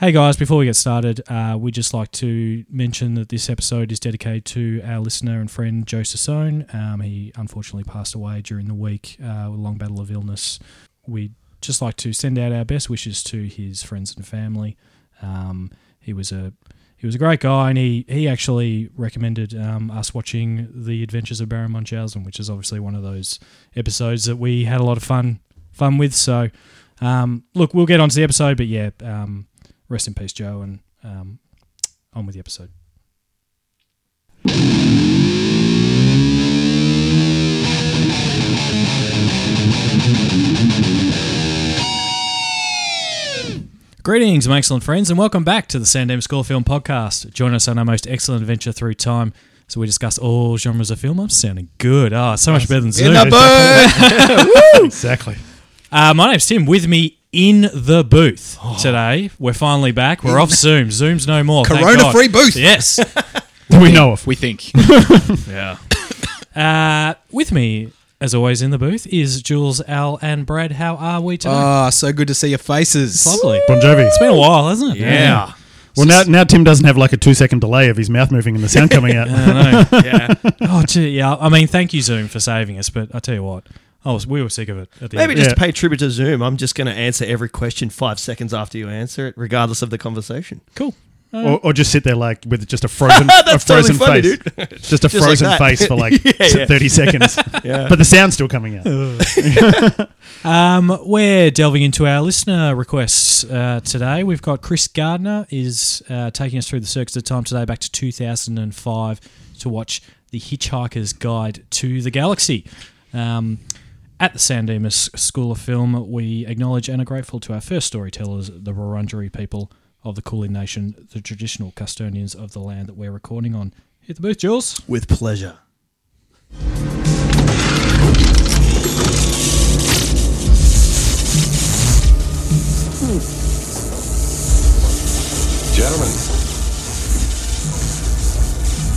Hey guys, before we get started, uh, we'd just like to mention that this episode is dedicated to our listener and friend Joe Sassone. Um, he unfortunately passed away during the week, uh, with a long battle of illness. We'd just like to send out our best wishes to his friends and family. Um, he was a he was a great guy, and he he actually recommended um, us watching The Adventures of Baron Munchausen, which is obviously one of those episodes that we had a lot of fun fun with. So, um, look, we'll get onto the episode, but yeah, um, rest in peace, Joe, and um, on with the episode. Greetings, my excellent friends, and welcome back to the Sandem Score Film Podcast. Join us on our most excellent adventure through time. So we discuss all genres of film. I'm sounding good. Oh, so much better than Zoom. Exactly. Uh, my name's Tim. With me in the booth Oh. today. We're finally back. We're off Zoom. Zoom's no more. thank God. Corona-free booth. Yes. We know of. We think. yeah. Uh, with me, as always, in the booth is Jules, Al, and Brad. How are we today? Ah, so good to see your faces. it's lovely. Bon Jovi. It's been a while, hasn't it? Yeah. Well, now, now Tim doesn't have like a two second delay of his mouth moving and the sound coming out. Uh-huh. I know. Yeah. oh, gee, yeah. I mean, thank you, Zoom, for saving us. But I tell you what, I was, we were sick of it. At the Maybe end. Yeah. just to pay tribute to Zoom. I'm just going to answer every question five seconds after you answer it, regardless of the conversation. cool. or, or just sit there like with just a frozen, a That's frozen totally funny, face. Just a Just like frozen that. face for like Yeah, yeah. 30 seconds. Yeah. Uh. But the sound's still coming out. Um, we're delving into our listener requests uh, today. We've got Chris Gardner is uh, taking us through the circuits of time today, back to 2005, to watch The Hitchhiker's Guide to the Galaxy. Um, at the San Dimas School of Film, we acknowledge and are grateful to our first storytellers, the Wurundjeri people of the Kulin Nation, the traditional custodians of the land that we're recording on. Hit the booth, Jules. With pleasure. Gentlemen,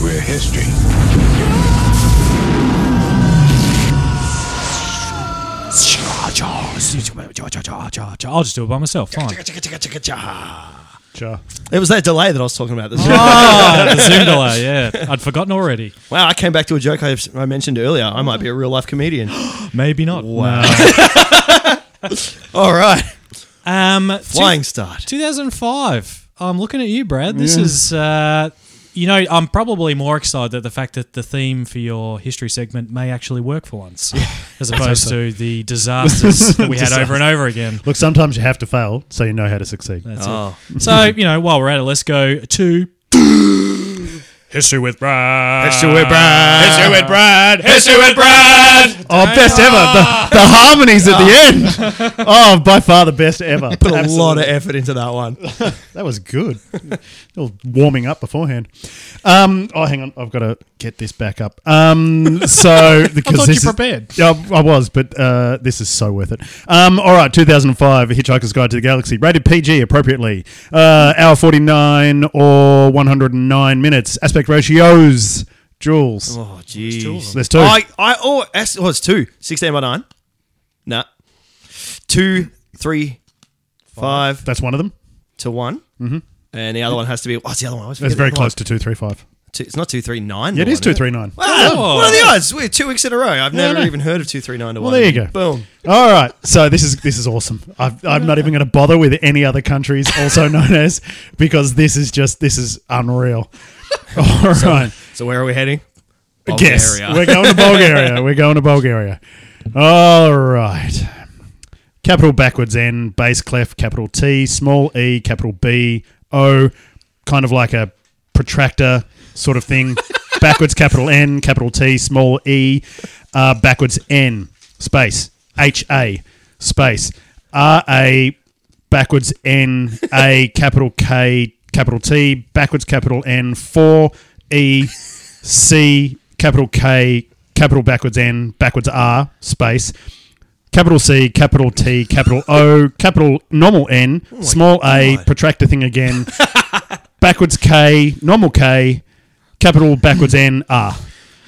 we're history. I'll just do it by myself. Fine. Sure. It was that delay that I was talking about. This Oh. Ah, the Zoom delay, yeah. I'd forgotten already. Wow, I came back to a joke I, I mentioned earlier. I might be a real life comedian. Maybe not. Wow. All right. Um, Flying start. 2005. I'm looking at you, Brad. This is, uh, you know, I'm probably more excited at the fact that the theme for your history segment may actually work for once, as opposed to the disasters that we had over and over again. Look, sometimes you have to fail so you know how to succeed. That's it. So, you know, while we're at it, let's go to history with Uh, Brad. History with Brad. History with Brad. History with Brad. Oh, best ever. The, the harmonies at the end. Oh, by far the best ever. Put a lot of effort into that one. That was good. A little warming up beforehand. Um, oh, hang on. I've got to get this back up. Um, so because thought this you is- prepared. Yeah, I I was, but uh, this is so worth it. Um, all right, 2005, A Hitchhiker's Guide to the Galaxy, rated PG appropriately. Uh, hour 49 or 109 minutes. Aspect ratios, joules. Oh, jeez. There's two. I, I, oh, that's- oh, it's two. 16 by 9. Nah. Two, three, five That's one of them. to one. Mm-hmm. And the other one has to be. What's the other one? I always That's forget very the other one. close to 235. Two, it's not 239. Yeah, it to is one, 239. Wow. What are the odds? We're two weeks in a row. I've never Oh. no. even heard of 239 to Well, 1. there you go. Boom. All right, so this is this is awesome. I've, I'm not even going to bother with any other countries, also known as, because this is just this is unreal. All right, So where are we heading? guess Bulgaria. we're going to Bulgaria. we're going to Bulgaria. All right. Capital backwards N, base clef, capital T, small e, capital B, O, kind of like a protractor sort of thing. backwards capital N, capital T, small e, uh, backwards N, space, H A, space, R A, backwards N, A, capital K, capital T, backwards capital N, 4 E, C, capital K, capital backwards N, backwards R, space, capital C, capital T, capital O, capital normal N, small a, protractor thing again, backwards K, normal K, capital backwards N, R.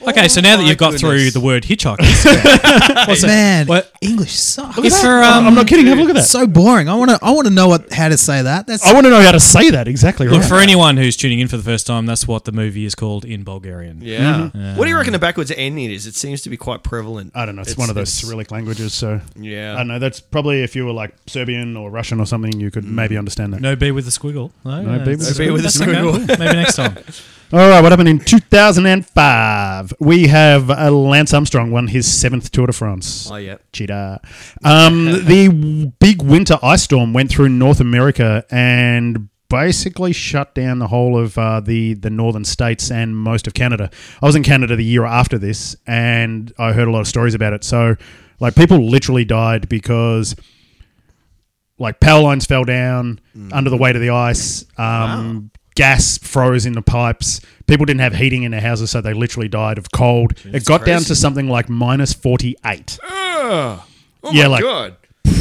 Okay, so now that my you've got through goodness. the word hitchhikers, Man, What- English sucks. if for uh, I'm- um, I'm not kidding. Have a look at that. Oh. It's so boring. I want to. I want to know what how to say that. That's I want to know how to say that exactly. look right. for anyone who's tuning in for the first time, that's what the movie is called in Bulgarian. Yeah. What do you reckon the backwards ending is? It seems to be quite prevalent. Mm-hmm. I don't know. It's, one of those Cyrillic languages, so Yeah. I don't know. That's probably if you were like Serbian or Russian or something, you could maybe understand that. No B with a squiggle. No, No B with a that's- squiggle. that's No B with a okay. Maybe next time. All right, what happened in 2005? We have uh, Lance Armstrong won his seventh Tour de France. Oh, yeah. Cheetah. Um, the w- big winter ice storm went through North America and basically shut down the whole of uh, the the northern states and most of Canada. I was in Canada the year after this, and I heard a lot of stories about it. So, like, people literally died because. Like power lines fell down under the weight of the ice. Um, Gas froze in the pipes. People didn't have heating in their houses, so they literally died of cold. it got down to something like minus forty-eight Oh, Yeah, like- God.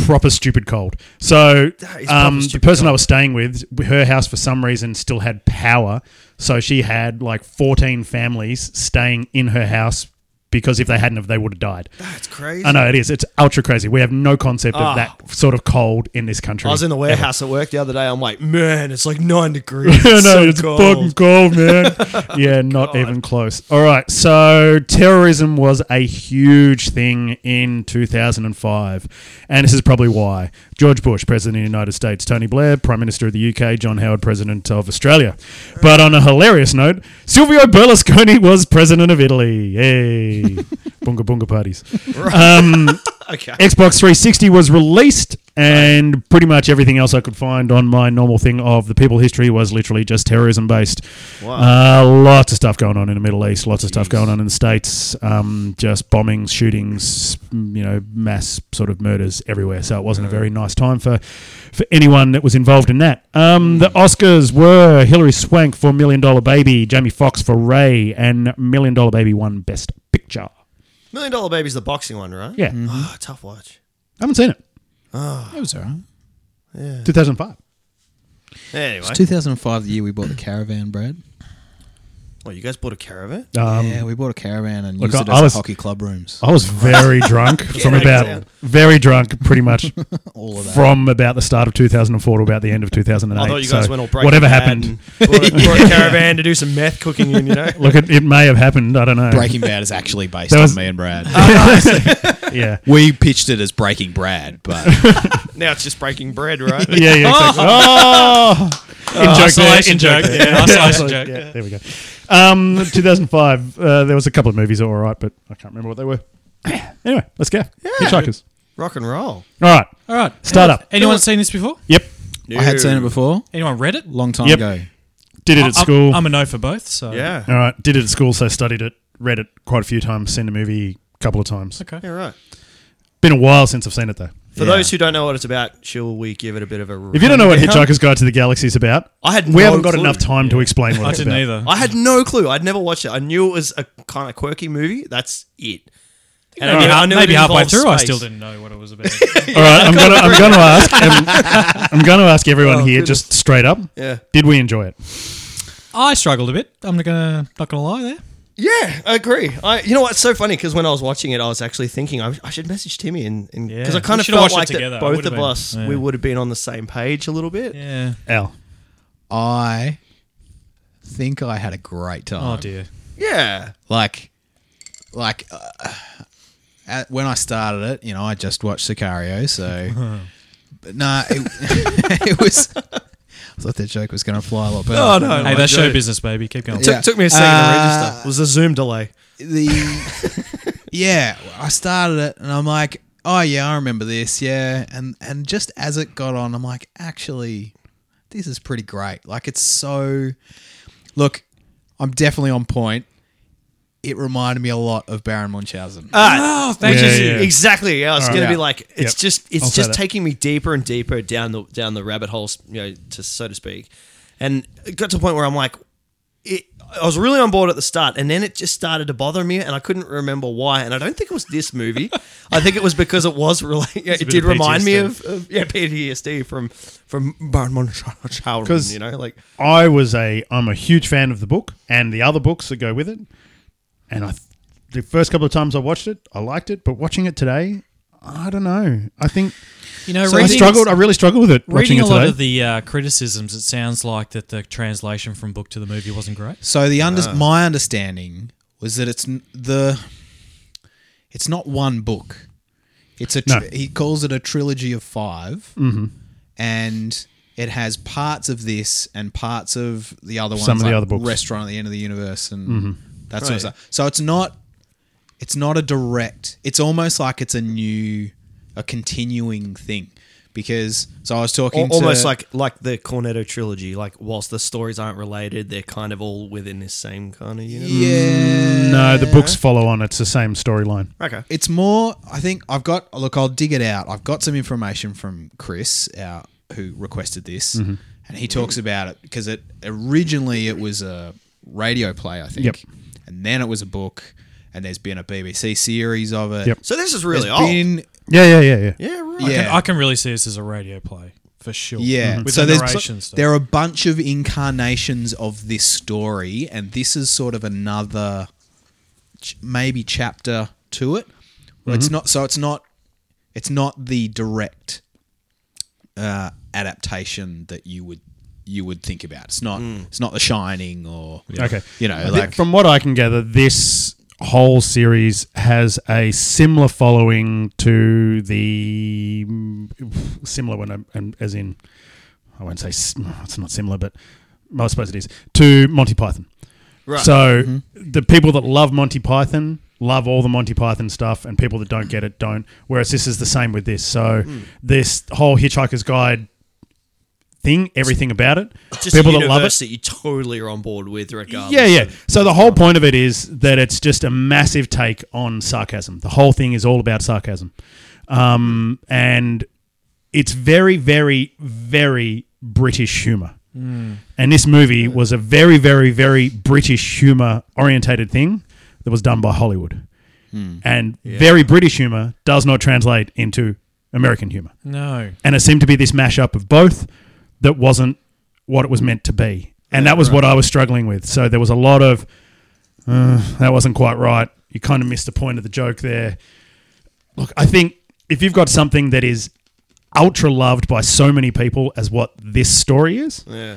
proper stupid cold. So is proper um, the stupid person I was staying with, her house for some reason still had power, so she had like fourteen families staying in her house because if they hadn't, have they would have died. That's crazy. I know it is. It's ultra crazy. We have no concept Ah. of that sort of cold in this country. I was in the warehouse at work the other day. I'm like, man, it's like nine degrees. no, It's so it's cold. fucking cold, man. yeah, not even close. All right, so terrorism was a huge thing in 2005, and this is probably why George Bush, President of the United States, Tony Blair, Prime Minister of the UK, John Howard, President of Australia. But on a hilarious note, Silvio Berlusconi was President of Italy. Yay, bunga bunga parties. Okay. Xbox 360 was released, and pretty much everything else I could find on my normal thing of the people history was literally just terrorism based. Uh, lots of stuff going on in the Middle East, lots of stuff going on in the States, um, just bombings, shootings, you know, mass sort of murders everywhere. So it wasn't a very nice time for, for anyone that was involved in that. Um, the Oscars were Hilary Swank for Million Dollar Baby, Jamie Foxx for Ray, and Million Dollar Baby won Best Picture. Million Dollar Baby's the boxing one, right? Yeah, Mm-hmm. Ah, tough watch. I haven't seen it. it was alright. 2005. Anyway. It's 2005, the year we bought the caravan, Brad. well, you guys bought a caravan? Um, yeah, we bought a caravan and look, used it I- I as was- a hockey club rooms. I was very drunk from about down. very drunk, pretty much All of that. from about the start of 2004 to about the end of 2008. I thought you guys So went all breaking Whatever Bad happened, and Bought a, bought a caravan to do some meth cooking in, you know? look, it, it may have happened. I don't know. Breaking Bad is actually based That was- on me and Brad. Yeah, we pitched it as Breaking Brad, but Now it's just breaking bread, right? yeah, yeah. Exactly. oh, in joke there, isolation in joke. joke. there. Yeah, isolation Yeah, joke. there we go. Um, 2005. Uh, there was a couple of movies that were all right, but I can't remember what they were. anyway, let's go. Hitchhikers. Rock and roll. All right, All right. start up. Anyone seen this before? Yep, I had seen it before, Anyone read it? long time Yep. ago. did it at I'm- school. I'm, a no for both. So Yeah. All right, did it at school, so studied it, read it quite a few times, seen the movie a couple of times. Okay. Yeah, right. Been a while since I've seen it though. For those who don't know what it's about, shall we give it a bit of a. If you don't know what Hitchhiker's Guide to the Galaxy is about, I had we no haven't got clue. enough time to explain what I it's didn't about. either. I had no clue. I'd never watched it. I knew it was a kind of quirky movie. That's it. And I Maybe, knew- I ha- knew it maybe halfway involved through, I space. still didn't know what it was about. All right, I'm gonna I'm gonna ask I'm, I'm gonna ask everyone here just straight up. Oh, Yeah. Did we enjoy it? I struggled a bit. I'm not gonna not gonna lie there. Yeah, I agree. I, you know what? It's so funny because when I was watching it, I was actually thinking I, I should message Timmy and because Yeah. I kind We of should've watched felt it like together. that I both would've of been- us yeah. we would have been on the same page a little bit. Yeah. Al. I think I had a great Oh time. dear. Yeah. like like uh, at, when I started it, you know, I just watched Sicario, so but nah, it, it was. I thought that joke was going to fly a lot better. Oh no. Hey, that's show business, baby. Keep going. Yeah. Took me a second Uh, to register. It was a Zoom delay. the yeah i started it and i'm like oh yeah i remember this yeah and and just as it got on i'm like actually this is pretty great like it's so look i'm definitely on point it reminded me a lot of baron munchausen Oh, thank Yeah, you. yeah. Exactly. I was going right. to Yeah. be like, it's Yep. just, it's I'll say just that. taking me deeper and deeper down the down the rabbit holes, you know, to so to speak. And it got to a point where I'm like, it, I was really on board at the start, and then it just started to bother me, and I couldn't remember why. And I don't think it was this movie. I think it was because it was related. a it bit did of remind me PTSD. of, of yeah PTSD from from Baron Munchausen. 'Cause- You know, like I was a I'm a huge fan of the book and the other books that go with it, and I th- the first couple of times I watched it, I liked it, but watching it today, I don't know. I think You know, I reading, struggled. I really struggled with it watching reading it a lot of today. the uh, criticisms, it sounds like that the translation from book to the movie wasn't great. So the under- Ah. my understanding was that it's n- the it's not one book. It's a tr- No. Mm-hmm. he calls it a trilogy of 5 and it has parts of this and parts of the other ones. Some of the like other books. Mm-hmm. Restaurant at the end of the universe and that sort of stuff. So it's not it's not a direct. It's almost like it's a new a continuing thing because so I was talking Al- to almost like like the Cornetto trilogy. Like whilst the stories aren't related, they're kind of all within this same kind of universe. yeah No, the books follow on. It's the same storyline. Okay. It's more. I think I've got. Look, I'll dig it out. I've got some information from Chris, our, who requested this, Mm-hmm. and he talks about it because it originally it was a radio play, I think, Yep. and then it was a book, and there's been a BBC series of it. Yep. So this is There's really old. been- Yeah, yeah, yeah, yeah. yeah, right. yeah. And I can really see this as a radio play for sure. Yeah. With so the there's narration stuff. there are a bunch of incarnations of this story, and this is sort of another ch- maybe chapter to it. Well, Mm-hmm. It's not so it's not it's not the direct uh, adaptation that you would you would think about. It's not it's not The Shining or Okay. you know Thi- like from what I can gather, this whole series has a similar following to the mm, similar one, um, um, as in I won't say s- it's not similar, but I suppose it is to Monty Python. Right. Mm-hmm. So the people that love Monty Python love all the Monty Python stuff, and people that don't get it don't. Whereas this is the same with this. So Hmm. this whole Hitchhiker's Guide thing, everything about it, Just people a that love it, universe that you totally are on board with, regardless. yeah, yeah. of- So the whole point of it is that it's just a massive take on sarcasm. The whole thing is all about sarcasm, um, and it's very, very, very British humor. And this movie was a very, very, very British humor orientated thing that was done by Hollywood, and very British humor does not translate into American humor no. and it seemed to be this mashup of both that wasn't what it was meant to be and that was what i was struggling with so there was a lot of uh, that wasn't quite right you kind of missed the point of the joke there look i think if you've got something that is ultra loved by so many people as what this story is Yeah.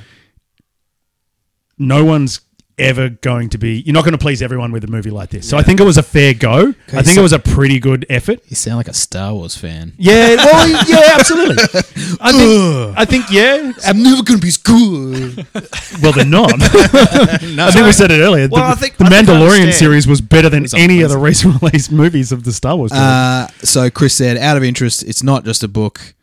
no one's ever going to be you're not going to please everyone with a movie like this so i think it was a fair go i think so- it was a pretty good effort you sound like a Star Wars fan. yeah well yeah absolutely i think i think yeah I'm never gonna be as good. Well, they're not. I think we said it earlier. Well, the I think- the I think I Mandalorian understand. series was better than on any of the recent released movies of the Star Wars. trilogy. Uh, so Chris said, out of interest, it's not just a book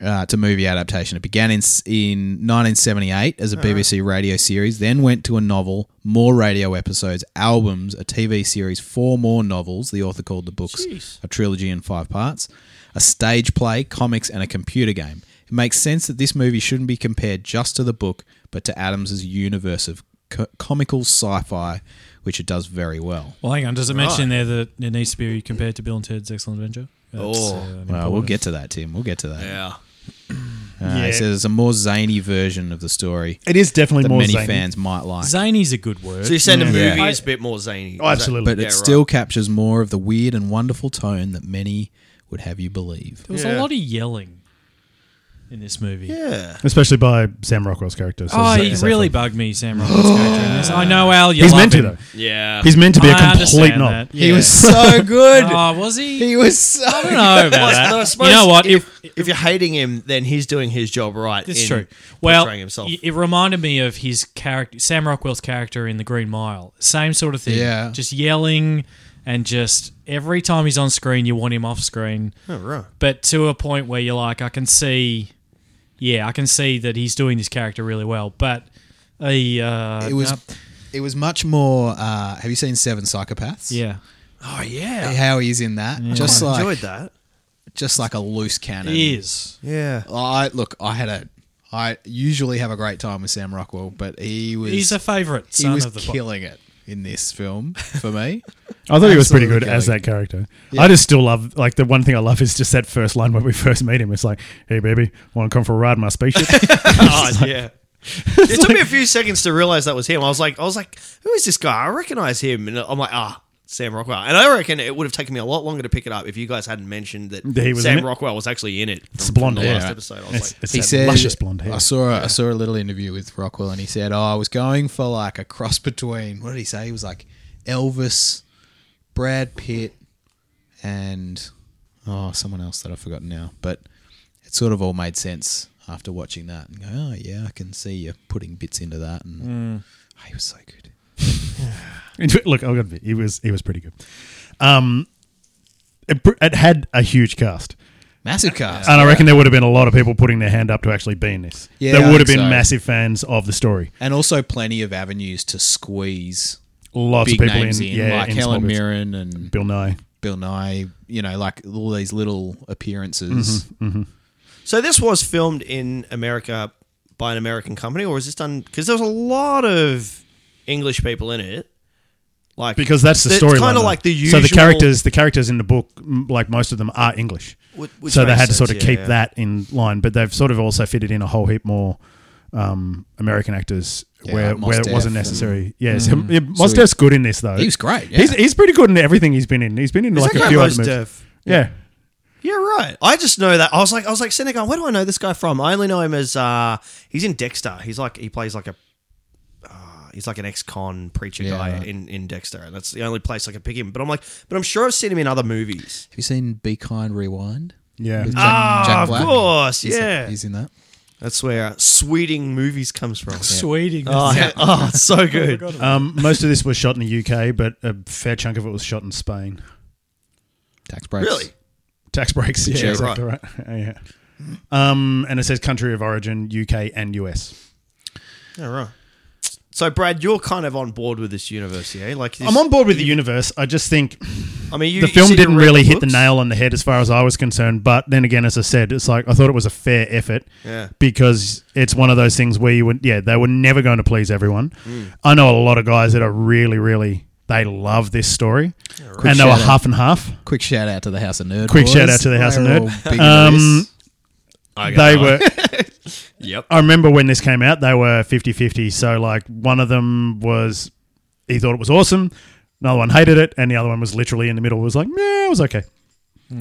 uh, to movie adaptation. It began in in 1978 as a BBC radio series, then went to a novel, more radio episodes, albums, a TV series, four more novels. The author called the books a trilogy in five parts, a stage play, comics, and a computer game. It makes sense that this movie shouldn't be compared just to the book, but to Adams' universe of co- comical sci-fi, which it does very well. Well, hang on. Does it mention in there that it needs to be compared to Bill and Ted's Excellent Adventure? uh, Oh. Well, we'll get to that, Tim. We'll get to that. Yeah. Uh, He Yeah. says it's a more zany version of the story it is definitely that more many zany. fans might like, Zany's a good word. So you're saying the Yeah. movie I- is a bit more zany. Oh, absolutely. but it Yeah, still captures more of the weird and wonderful tone that many would have you believe. there was a Yeah. lot of yelling in this movie. Yeah. Especially by Sam Rockwell's character. So Oh, Zac he Efron. really bugged me, Sam Rockwell's character in this. I know Al, you He's love meant to him. though. Yeah. He's meant to be a I complete understand knob. that. He Yeah. was so good. Oh, was he? he was so. I don't know about Well, that. no, I suppose you know what? If, If, if you're hating him, then he's doing his job right. It's in true. Well, portraying himself. y- it reminded me of his character, Sam Rockwell's character in The Green Mile. Same sort of thing. Yeah. Just yelling and just every time he's on screen, you want him off screen. oh, right. But to a point where you're like, I can see, yeah, I can see that he's doing this character really well. But he, uh, It was. no- It was much more. Uh, have you seen Seven Psychopaths? yeah. Oh yeah. How he's in that, just I like enjoyed that. just like a loose cannon. He is. Yeah. I look. I had a. I usually have a great time with Sam Rockwell, but he was He's a favourite he son was of the killing it in this film for me. I thought he was pretty Absolutely good as killing. that character. I just still love like the one thing I love is just that first line when we first meet him. It's like, "Hey, baby, want to come for a ride in my spaceship?" Oh, yeah. It took me a few seconds to realize that was him. I was like, I was like, who is this guy? I recognize him, and I'm like, ah, Sam Rockwell. And I reckon it would have taken me a lot longer to pick it up if you guys hadn't mentioned that That he was in Sam it? Rockwell was actually in it. from- It's blonde from the hair, last right? episode. I was It's, like, it's he that said, luscious blonde hair. I saw a, I saw a little interview with Rockwell, and he said, "Oh, I was going for like a cross between what did he say? He was like Elvis, Brad Pitt, and oh, someone else that I've forgotten now." But it sort of all made sense after watching that, and go, "Oh yeah, I can see you putting bits into that." Mm. And oh, he was so good. Look, I got to admit, he was he was pretty good. Um, it, pr- it had a huge cast, Massive cast. and I reckon there would have been a lot of people putting their hand up to actually be in this. Yeah, there I would have been think so. massive fans of the story. and also plenty of avenues to squeeze Lots big of people names in, in, yeah, like in small Helen bits. Mirren and Bill Nye. Bill Nye. You know, like all these little appearances. Mm-hmm. so this was filmed in America by an American company, or was this done? Because there was a lot of English people in it. Like because that's the It's story. kinda like the So the usual- characters, the characters in the book, m- like most of them, are English. Wh- which so they makes had to sense, sort of yeah, keep yeah. that in line, but they've sort of also fitted in a whole heap more um, American actors Yeah, where like where it Mos wasn't Def necessary. yeah, so, Mm. yeah Mos Def's good in this though. He was great. Yeah. He's, he's pretty good in everything he's been in. He's been in Is like that a guy few other Mos movies. Def? Yeah, Yeah, right. I just know that. I was like, I was like sitting there going, where do I know this guy from? I only know him as uh, he's in Dexter. He's like he plays like a uh, he's like an ex-con preacher Yeah, guy right. in in Dexter, and that's the only place I can pick him. But I'm like, but I'm sure I've seen him in other movies. Have you seen Be Kind Rewind? yeah. With Jack, Ah, Jack of Black? course, He's- yeah. he's in that. That's where Sweeting movies comes from. Sweeting. Oh, yeah. oh, it's so good. Um, most of this was shot in the UK, but a fair chunk of it was shot in Spain. Tax breaks. Really? Tax breaks, yeah, Yeah, exactly right. yeah. Um, and it says country of origin, UK and US. Yeah, right. So, Brad, you're kind of on board with this universe, yeah? Like, this, I'm on board with the universe. I just think I mean, you, the you film said you didn't read really hit the books. nail on the head as far as I was concerned. But then again, as I said, it's like I thought it was a fair effort Yeah. because it's one of those things where you would, yeah, they were never going to please everyone. Hmm. I know a lot of guys that are really, really, they love this story and they were shout out. half and half. Quick shout out to the House of Nerd. Quick boys. shout out to the House of They're Nerd. all big Um, nerds. They were, Yep. I remember when this came out, they were 50 50. So, like, one of them was, he thought it was awesome. Another one hated it. And the other one was literally in the middle, was like, yeah, it was okay.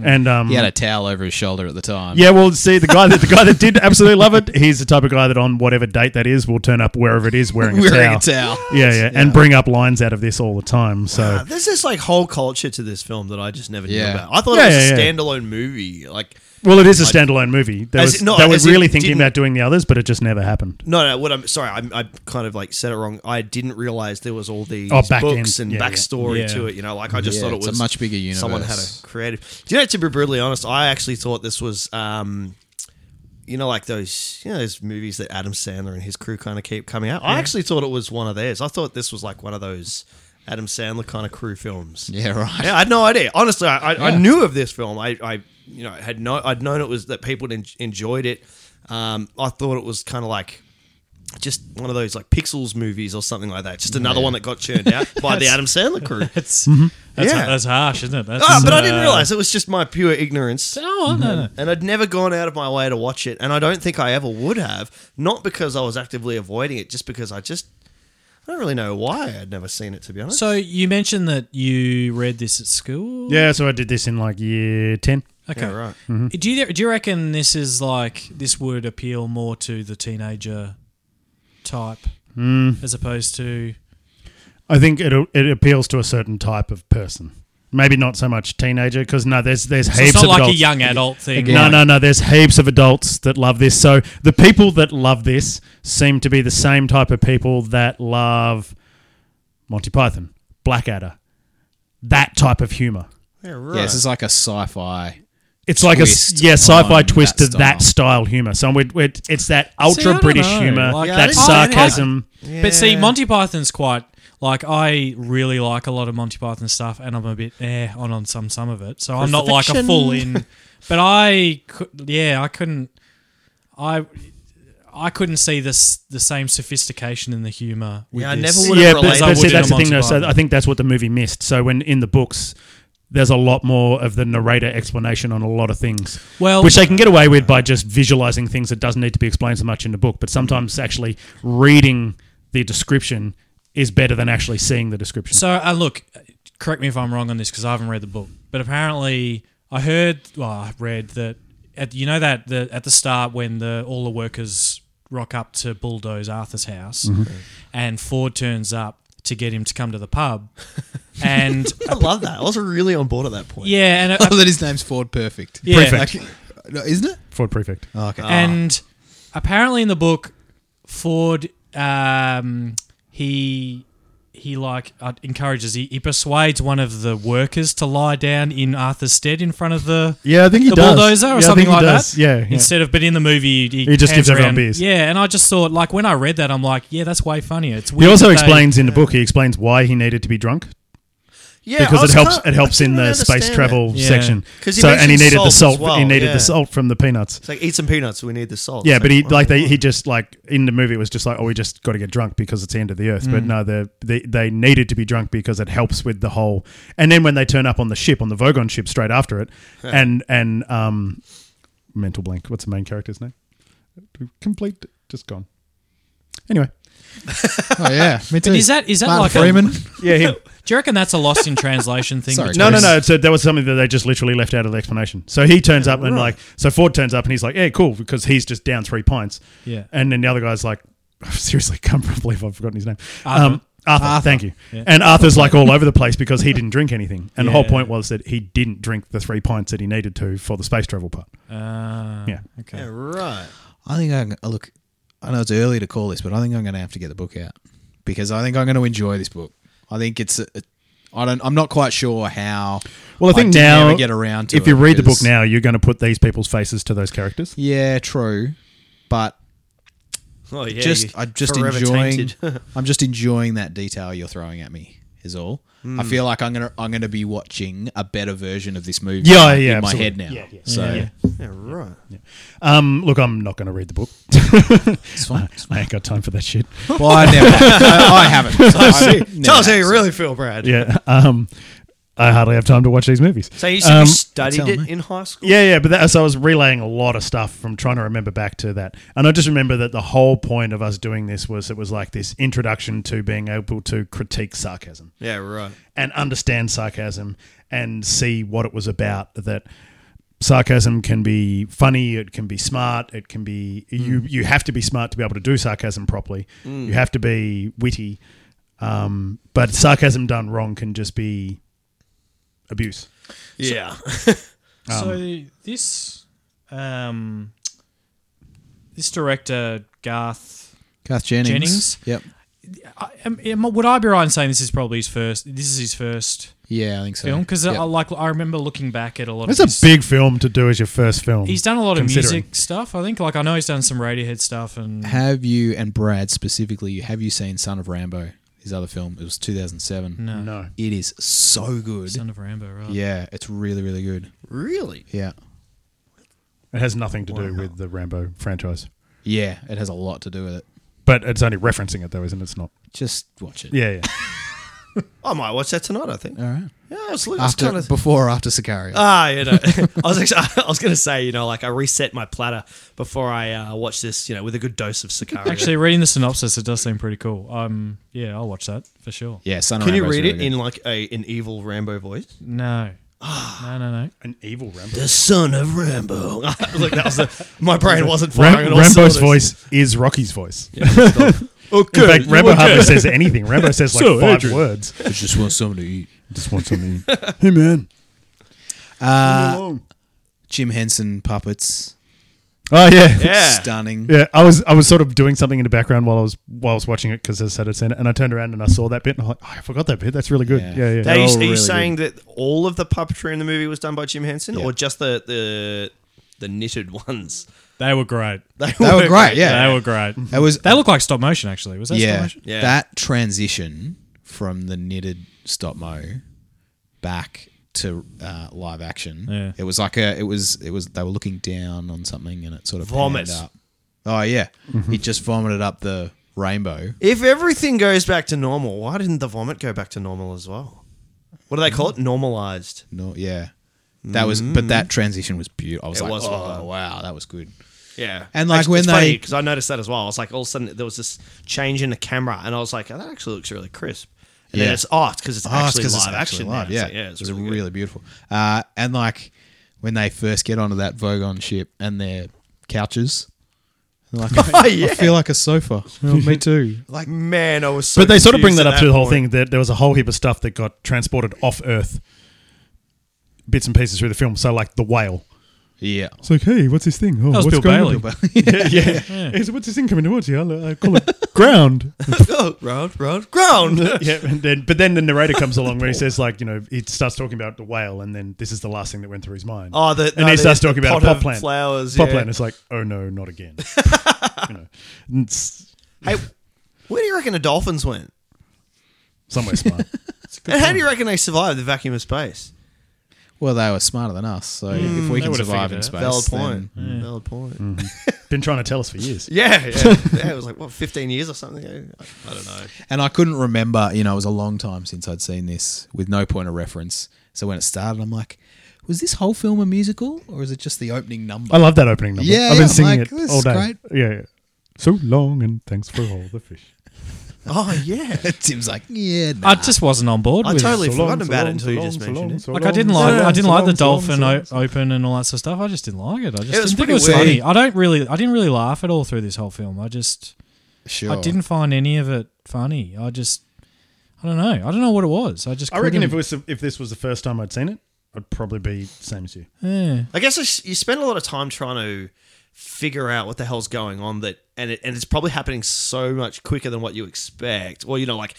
And, um, He had a towel over his shoulder at the time. Yeah, well, see, the guy that the guy that did absolutely love it, he's the type of guy that on whatever date that is will turn up wherever it is wearing a wearing towel. a towel. Yeah, yeah, and bring up lines out of this all the time. So Ah, there's this like whole culture to this film that I just never knew Yeah. about. I thought Yeah, it was yeah, a yeah. standalone movie. Like, well, it is a standalone movie. There As was, in- no, they were as in really thinking didn't- about doing the others, but it just never happened. no, no. What I'm sorry, I, I kind of like said it wrong. I didn't realize there was all these Oh, back books end. and Yeah, yeah. backstory Yeah. to it. You know, like I just Yeah, thought it it's was a much bigger universe. Someone had a creative. Do you know? To be brutally honest, I actually thought this was, um, you know, like those you know those movies that Adam Sandler and his crew kind of keep coming out. I actually thought it was one of theirs. I thought this was like one of those Adam Sandler kind of crew films. Yeah, right. Yeah, I had no idea. Honestly, I, I, I knew of this film. I, I, you know, had no. I'd known it was that people en- enjoyed it. Um, I thought it was kind of like just one of those like Pixels movies or something like that. Just another one that got churned out by the Adam Sandler crew. That's, that's, Mm-hmm. Yeah. that's harsh, isn't it? That's, Ah, but I didn't uh, realize Mm-hmm. it was just my pure ignorance. No, no, no. And I'd never gone out of my way to watch it, and I don't think I ever would have. Not because I was actively avoiding it, just because I just I don't really know why I'd never seen it to be honest. So you mentioned that you read this at school. Yeah, so I did this in like year ten. Okay. yeah, right. Mm-hmm. Do you do you reckon this is like this would appeal more to the teenager type Mm. as opposed to I think it it appeals to a certain type of person. Maybe not so much teenager because no, there's there's so heaps it's not of like adults. a young adult thing. No, like- no, no. There's heaps of adults that love this. So the people that love this seem to be the same type of people that love Monty Python, Blackadder, that type of humor. Yeah, Yeah, right. this is like a sci-fi. It's like a s- Twist yeah sci-fi on twist that to that style humor. So we're, we're, it's that I don't ultra British know. humor, Like, that I didn't- I didn't- sarcasm. But see, Monty Python's quite like I really like a lot of Monty Python stuff, and I'm a bit eh on on some some of it. So I'm not like a full in. But I could, yeah, I couldn't, I. I couldn't see this the same sophistication in the humor. With Yeah, I this. never would Yeah, have but, related but as I see, would in that's a the thing Monty though. So Python. I think that's what the movie missed. So when in the books. There's a lot more of the narrator explanation on a lot of things. Well, which they can get away with by just visualizing things that doesn't need to be explained so much in the book. But sometimes actually reading the description is better than actually seeing the description. So uh, look, correct me if I'm wrong on this because I haven't read the book, but apparently I heard, well, I read that at you know that the, at the start when the all the workers rock up to bulldoze Arthur's house, and Ford turns up to get him to come to the pub, and I love that. I was really on board at that point. yeah, and uh, I love Oh, that his name's Ford Perfect. yeah, Prefect. Like, no, isn't it? Ford Prefect. Oh, okay. And apparently in the book, Ford um, he he like uh, encourages he, he persuades one of the workers to lie down in Arthur's stead in front of the Yeah, I think he the does. bulldozer or Yeah, I think something he like does. that. Yeah, yeah. Instead of but in the movie he, He just hands gives everyone around- beers. Yeah, and I just thought like when I read that I'm like yeah that's way funnier. It's weird He also that they- explains in the book. He explains why he needed to be drunk yeah I because was it helps. kinda- It helps I in didn't the really space understand travel Yeah. section. 'Cause he so and he mentions needed the salt as salt. well, He needed yeah. the salt from the peanuts. It's like eat some peanuts. We need the salt. Yeah, It's but he oh, like they he just like in the movie it was just like oh we just got to get drunk because it's the end of the earth. But no, they they they needed to be drunk because it helps with the whole. And then when they turn up on the ship on the Vogon ship straight after it, and and um, mental blank. What's the main character's name? Complete, just gone. Anyway, oh yeah, me too. But is that is that Martin like Freeman? A, yeah, him. do you reckon that's a lost in translation thing? Sorry, between- No, no, no. So that was something that they just literally left out of the explanation. So he turns up and like, so Ford turns up and he's like, "Yeah, cool," because he's just down three pints. Yeah. And then the other guy's like, "Seriously, can't believe I've forgotten his name." Arthur. Um, Arthur, thank you. And Arthur's like all over the place because he didn't drink anything. And the whole Yeah. point was that he didn't drink the three pints that he needed to for the space travel part. Ah, Yeah. Okay. Yeah, right. I think I'm uh, look. I know it's early to call this, but I think I'm going to have to get the book out because I think I'm going to enjoy this book. I think it's. A, a, I don't. I'm not quite sure how. Well, I think didn't now, ever get around to if you it read the book because- now, you're going to put these people's faces to those characters. Yeah, true, but Oh yeah. you- just I'm just forever enjoying. tainted. I'm just enjoying that detail you're throwing at me. Is all. Hmm. I feel like I'm gonna I'm gonna be watching a better version of this movie. Yeah, in yeah, my absolutely. head now. Yeah, yeah. So Yeah, yeah, right. Um, look, I'm not going to read the book. fine. I ain't got time for that shit. Well, I never. I, I haven't. So I never Tell us how have, you so- really feel, Brad. Yeah. Um, I hardly have time to watch these movies. So you, Um, you studied tell it me. in high school. yeah, yeah, but that, so I was relaying a lot of stuff from trying to remember back to that, and I just remember that the whole point of us doing this was it was like this introduction to being able to critique sarcasm Yeah, right. and understand sarcasm and see what it was about that sarcasm can be funny it can be smart it can be you you have to be smart to be able to do sarcasm properly you have to be witty um, but sarcasm done wrong can just be abuse Yeah. so this um, this director Garth Garth Jennings. Jennings? Yep. I, am, am, would I be right in saying this is probably his first? This is his first Yeah, I think so. film uh, because Yep. I like I remember looking back at a lot it's of. a his- big film to do as your first film He's done a lot of considering. music stuff. I think like I know he's done some Radiohead stuff and Have you and Brad specifically? Have you seen Son of Rambo? His other film. It was 2007. no, no It is so good. Son of Rambo. Right? Yeah, it's really really good. really? Yeah. it has nothing to do with the rambo franchise Yeah, it has a lot to do with it. but it's only referencing it though isn't it it's not Just watch it. yeah yeah I might watch that tonight. I think. All right. Yeah, absolutely. It's After kind of. before or after Sicario. Ah, you know, I was actually, I was gonna say, you know, like I reset my platter before I uh, watch this, you know, with a good dose of Sicario. Actually, reading the synopsis, it does seem pretty cool. Um, yeah, I'll watch that for sure. yeah, Son of can you Rambo's read really it good. in like a an evil Rambo voice? No, no, no, no. an evil rambo The son of Rambo. Look, that was the, my brain wasn't firing. Ram- on all rambo's cylinders. Oh, voice is rocky's voice Okay, In fact, you Rambo okay? hardly says anything. Rambo says like So, five Adrian. words. I just want something to eat. Just wants something. hey man. Jim Henson puppets. oh yeah. Yeah. Stunning. Yeah, I was I was sort of doing something in the background while I was while I was watching it because I said it's in it, and I turned around and I saw that bit, and I'm like, oh, I forgot that bit. That's really good. Yeah, Yeah. yeah. Now, are you, all are you really saying that all of the puppetry in the movie was done by Jim Henson, or just the the the knitted ones? They were great. They, They were great. Yeah, They were great. that was They look like stop motion. Actually, was that stop yeah, motion? Yeah. that transition from the knitted stop mo back to uh, live action. Yeah. It was like a it was it was they were looking down on something and it sort of Vomit. panned up. Oh yeah, he just vomited up the rainbow. If everything goes back to normal, why didn't the vomit go back to normal as well? What do they call it? Normalized. No, yeah, that was but that transition was beautiful. I was Mm-hmm. It like, was well oh done. wow, that was good. Yeah, And, like, when they- because I noticed that as well. I was like, all of a sudden there was this change in the camera, and I was like, oh, that actually looks really crisp. And And then Yeah. it's oh, it's because it's Oh, it's actually because live it's actually action. live. now. Yeah, it's like, yeah, it's, It was really, really, good. beautiful. Uh, and like when they first get onto that Vogon ship and their couches, they're Oh, like, I, I feel like a sofa. Well, me too. Like, man. I was. so But they sort of bring confused that at up through the whole point. thing that there was a whole heap of stuff that got transported off Earth, bits and pieces through the film. So like the whale. yeah. It's like, hey, what's this thing? Oh, was what's Bill going Bailey. on? yeah, yeah. Hey, so what's this thing coming towards you? I, I call it ground. Oh, round, round, ground. yeah, and then, but then the narrator comes along when he says like, you know, he starts talking about the whale, and then this is the last thing that went through his mind. Oh, the and no, he the- starts the talking about a pot pop of plant. flowers, pop yeah. plant. It's like, oh no, not again. you know, it's Hey, where do you reckon the dolphins went? somewhere smart. And how do you reckon they survived the vacuum of space? Well, they were smarter than us, so Mm, if we they can would've survive figured in it out. space, then- Valid Mm. point. Valid point. Been trying to tell us for years. Yeah, yeah, yeah. It was like what, fifteen years or something. I, I don't know. And I couldn't remember, you know, it was a long time since I'd seen this with no point of reference. So when it started, I'm like, was this whole film a musical or is it just the opening number? I love that opening number. Yeah, I've been yeah, singing like, it this all is day. great. Yeah, yeah. So long, and thanks for all the fish. Oh yeah, Tim's like, yeah, nah. I just wasn't on board. I with it. totally So long, forgotten so about it long, until so you long, just so mentioned long, it. so Like I long, didn't so like long, I didn't so like long, the so long, so dolphin long, o- so long. open and all that sort of stuff. I just didn't like it. I just was didn't think pretty it was weird. funny. I don't really I didn't really laugh at all through this whole film. I just sure. I didn't find any of it funny. I just I don't know. I don't know what it was. I just I reckon if it couldn't- was if this was the first time I'd seen it, I'd probably be same as you. yeah. I guess I s- you spend a lot of time trying to figure out what the hell's going on that, and it, and it's probably happening so much quicker than what you expect. Or you know, like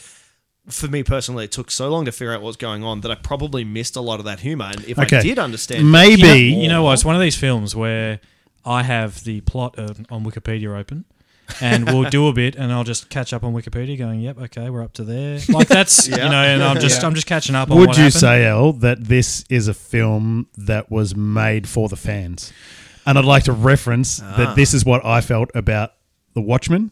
for me personally, it took so long to figure out what was going on that I probably missed a lot of that humor. And if I Okay. did understand, Maybe You know, you know what? It's one of these films where I have the plot of, on Wikipedia open, and we'll do a bit, and I'll just catch up on Wikipedia, going, "Yep, okay, we're up to there." Like that's you know, and I'm just I'm just catching up. on Would what you happened. say, El, that this is a film that was made for the fans? And I'd like to reference that this is what I felt about The Watchmen.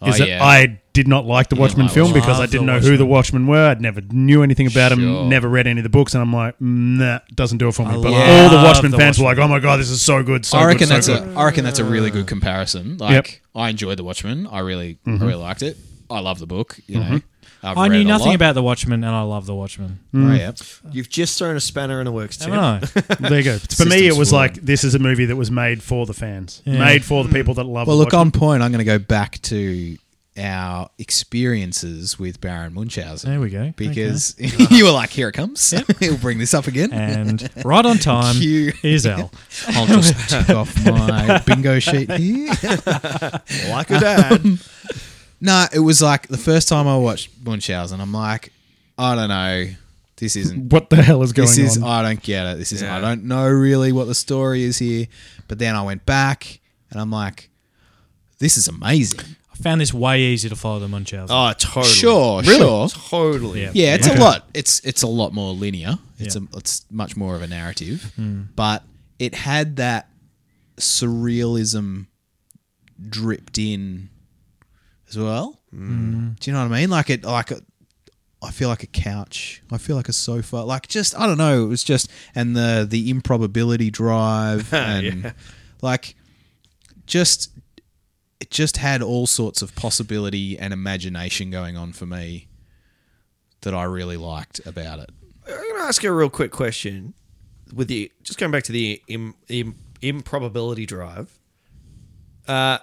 Oh, Is that yeah. I did not like the Watchmen like film Watchmen. because I Love The didn't know who the Watchmen were. I'd never knew anything about Sure. them, never read any of the books, and I'm like, nah, doesn't do it for I me. But love all the The Watchmen fans were like, Watchmen. oh my god, this is so good, so I reckon good, so that's good. a I reckon that's a really good comparison. Like Yep. I enjoyed The Watchmen. I really I really liked it. I love the book. You know, I've Mm-hmm. I read knew a nothing lot. about Mm. The Watchmen, and I love The Watchmen. Oh, yeah. you've just thrown a spanner in the works, I Tim. don't know. There you go. For me, it was like this is a movie that was made for the fans, made for the people that love. Well, The look on point. I'm going to go back to our experiences with Baron Munchausen. There we go. Because you were like, here it comes. He'll bring this up again. And right on time Cue. is Al. I'll just tick off my bingo sheet here. Like a dad. No, it was like the first time I watched Munchausen, I'm like, I don't know. This isn't. What the hell is going This is. on? I don't get it. This is. I don't know really what the story is here. But then I went back and I'm like, this is amazing. I found this way easier to follow than Munchausen. oh, totally. Sure, sure. Totally. Yeah. Yeah, it's a lot. It's it's a lot more linear. It's Yeah. a, it's much more of a narrative, but it had that surrealism dripped in as well. Mm. Do you know what I mean? Like it, like a, I feel like a couch. I feel like a sofa. Like just I don't know. It was just and the the improbability drive and like just it just had all sorts of possibility and imagination going on for me that I really liked about it. I'm gonna ask you a real quick question. With the just going back to the Im, Im, improbability drive, uh,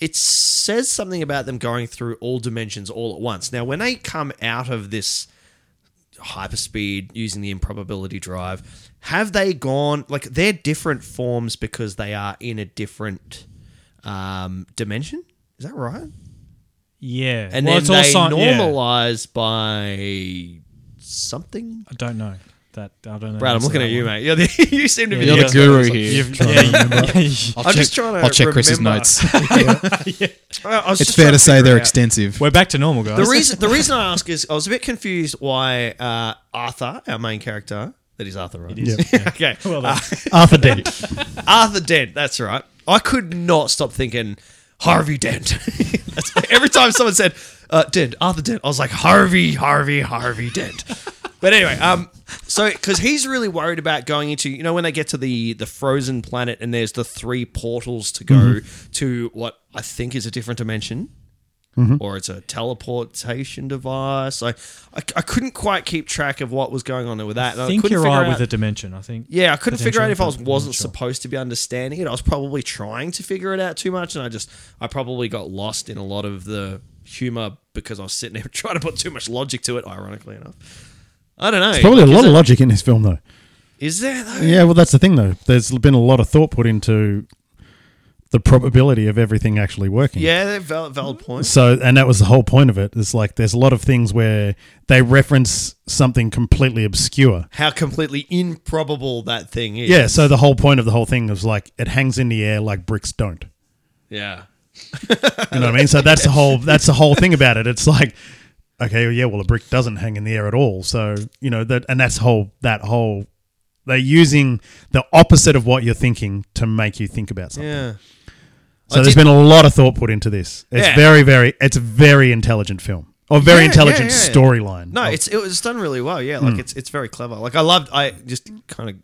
it says something about them going through all dimensions all at once. Now, when they come out of this hyperspeed using the improbability drive, have they gone like they're different forms because they are in a different um, dimension? Is that right? yeah. And Well, then they sign- yeah. normalize by something. I don't know. That I don't know. Brad, I'm That's looking that at you, one. mate. You're the, you seem to be You're the guru here. You've, yeah, you- I'll I'm just trying to I'll check Chris's remember. notes. I- I was it's just fair trying to say figure they're out. extensive. we're back to normal, guys. The reason the reason I ask is I was a bit confused why uh, Arthur, our main character, that is Arthur, right? It is. okay, Arthur Dent. Arthur Dent. That's right. I could not stop thinking Harvey Dent. That's- every time someone said uh, Dent, Arthur Dent, I was like Harvey, Harvey, Harvey Dent. But anyway, um, so because he's really worried about going into, you know, when they get to the the frozen planet Mm-hmm. and there's the three portals to go to what I think is a different dimension. Mm-hmm. or it's a teleportation device. I, I, I couldn't quite keep track of what was going on with that. and I think couldn't you're figure right out- with the dimension. I think. yeah, I couldn't figure out if I was, Potentially, but I'm not wasn't sure. supposed to be understanding it. I was probably trying to figure it out too much, and I just I probably got lost in a lot of the humor because I was sitting there trying to put too much logic to it. Ironically enough, I don't know. Probably a Like, is lot of it- logic in this film, though. Is there though? Yeah, well, that's the thing, though. There's been a lot of thought put into the probability of everything actually working. Yeah, they're valid, valid point. So, and that was the whole point of it. It's like there's a lot of things where they reference something completely obscure. How completely improbable that thing is. Yeah. So the whole point of the whole thing was like it hangs in the air like bricks don't. Yeah. You know what I mean? So that's the whole that's the whole thing about it. It's like okay, well, yeah, well, a brick doesn't hang in the air at all. So you know that, and that's whole that whole they're using the opposite of what you're thinking to make you think about something. Yeah. So I there's did- been a lot of thought put into this. It's Yeah. very, very, it's a very intelligent film or very Yeah, intelligent yeah, yeah. storyline. No, of- it's it was done really well. Yeah, like it's it's very clever. Like I loved. I just kind of.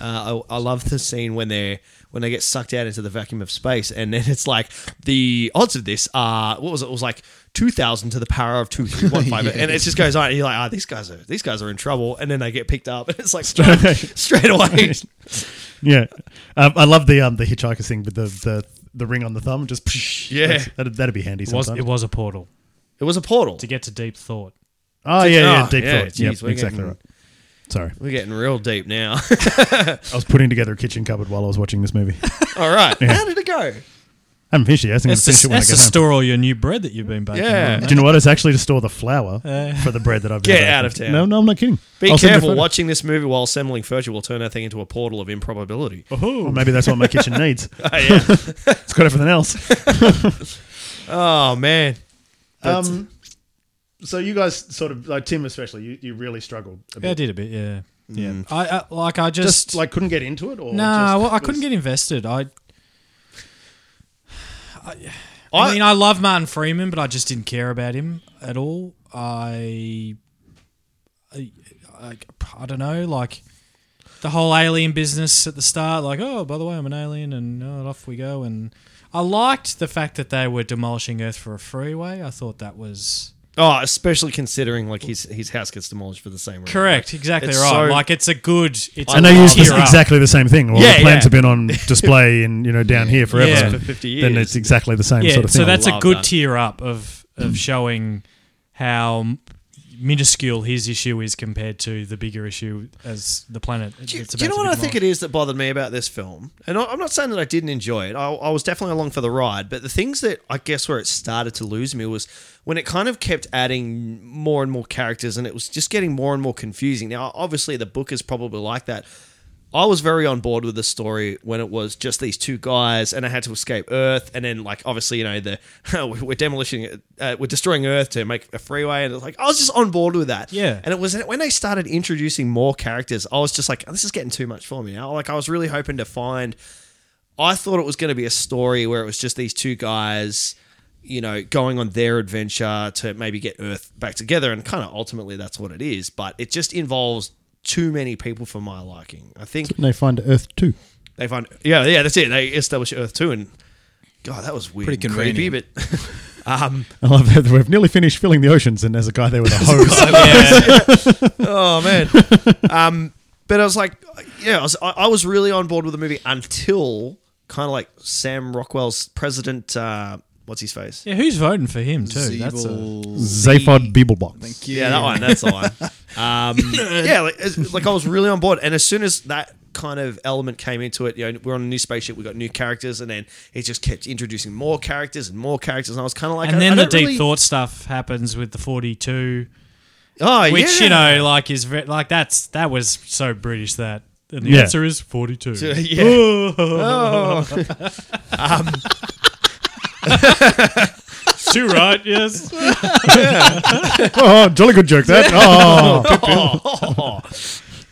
Uh, I, I love the scene when they're when they get sucked out into the vacuum of space, and then it's like the odds of this are what was it? It was like two thousand to the power of two three one five, and it just goes on. And you're like, ah, these guys are these guys are in trouble, and then they get picked up, and it's like straight, straight away. yeah. Um, I love the um the hitchhiker thing with the the, the ring on the thumb. Just psh, Yeah. that's- that'd, that'd be handy. It was, Sometimes. it was a portal It was a portal. to get to deep thought. oh yeah, yeah. Oh, Deep yeah, thought. geez, Yep, we're exactly getting- right. Sorry, We're getting real deep now. I was putting together a kitchen cupboard while I was watching this movie. I All right, how did it go? haven't finished it. yet. I think I'm going That's, to finish to, it when I that's to get home. store all your new bread that you've been baking. Yeah. Do you know what? It's actually to store the flour for the bread that I've been Get baking. out of town. No, no, I'm not kidding. Be I'll send you a careful photo. watching this movie while assembling furniture will turn that thing into a portal of improbability. Oh, Well, Oh, maybe that's what my kitchen needs. yeah. It's got everything else. Oh man. Um, so you guys sort of like Tim especially, you, you really struggled. A Yeah, I bit. did a bit. Yeah, yeah. Mm. I, I like. I just, Just like couldn't get into it, or no. just well, I was- couldn't get invested. I. I, I- I mean, I love Martin Freeman, but I just didn't care about him at all. I, I, I, I don't know, like the whole alien business at the start. Like, oh, by the way, I'm an alien, and oh, off we go. And I liked the fact that they were demolishing Earth for a freeway. I thought that was. Oh, especially considering like his his house gets demolished for the same reason. Correct, exactly It's right. so- like it's a good. It's And a they good used this tier up. exactly the same thing. Well, Yeah, the plants yeah. have been on display and you know down here forever. Yeah. and For 50 Then years. it's exactly the same Yeah, sort of thing. so that's a Love good that. Mm. tier up of of showing how m- minuscule his issue is compared to the bigger issue as the planet. Do you, do you know what I think it is that bothered me about this film? And I- I'm not saying that I didn't enjoy it. I, I was definitely along for the ride. But the things that I guess where it started to lose me was when it kind of kept adding more and more characters and it was just getting more and more confusing. Now, obviously, the book is probably like that. I was very on board with the story when it was just these two guys and they had to escape Earth. And then, like, obviously, you know, the we're demolishing, uh, we're destroying Earth to make a freeway. And it's like, I was just on board with that. Yeah. And it was when they started introducing more characters, I was just like, this is getting too much for me now. Like, I was really hoping to find. I thought it was going to be a story where it was just these two guys, you know, going on their adventure to maybe get Earth back together. And kind of ultimately that's what it is. But it just involves too many people for my liking. I think And they find Earth too. they find yeah yeah that's it they establish Earth two and God that was weird Pretty and creepy but convenient. um I love that we've nearly finished filling the oceans, and there's a guy there with a hose. oh man um but I was like yeah I was I, I was really on board with the movie until kind of like Sam Rockwell's president uh what's his face Yeah, who's voting for him too? That's a, Zeeble- Zaphod Beeblebox. Thank you. yeah that one that's the one um yeah like, it's- like I was really on board and as soon as that kind of element came into it you know we're on a new spaceship we got new characters and then it just kept introducing more characters and more characters and I was kind of like and I- then I the don't deep really- thought stuff happens with the forty two, oh which yeah. you know, like is ve- like that's that was so British that. And the Yeah. answer is forty two. Yeah. Too right, yes. oh, jolly good joke that. Oh,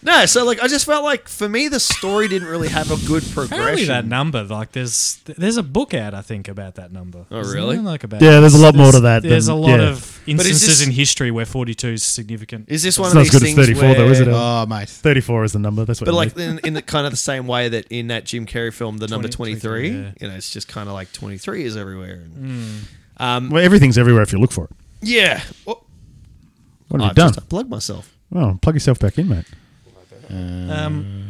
No, so like I just felt like for me the story didn't really have a good Apparently progression. that number, like there's there's a book out, I think, about that number. Oh, Isn't really? there? Like about Yeah, there's a lot more to that There's than- a lot yeah. of is instances this- in history where 42 is significant. Is this one it's of not as these good as things 34 where, though, is it? Al? Oh, mate. 34 is the number. That's what. But it like is. in, in the kind of the same way that in that Jim Carrey film, the number 20, twenty three, 23, yeah. Mm. you know, it's just kind of like twenty three is everywhere. And, Um, Well, everything's everywhere if you look for it. yeah. Oh, What have I've you done? just unplugged myself. Oh, plug yourself back in, mate. Um,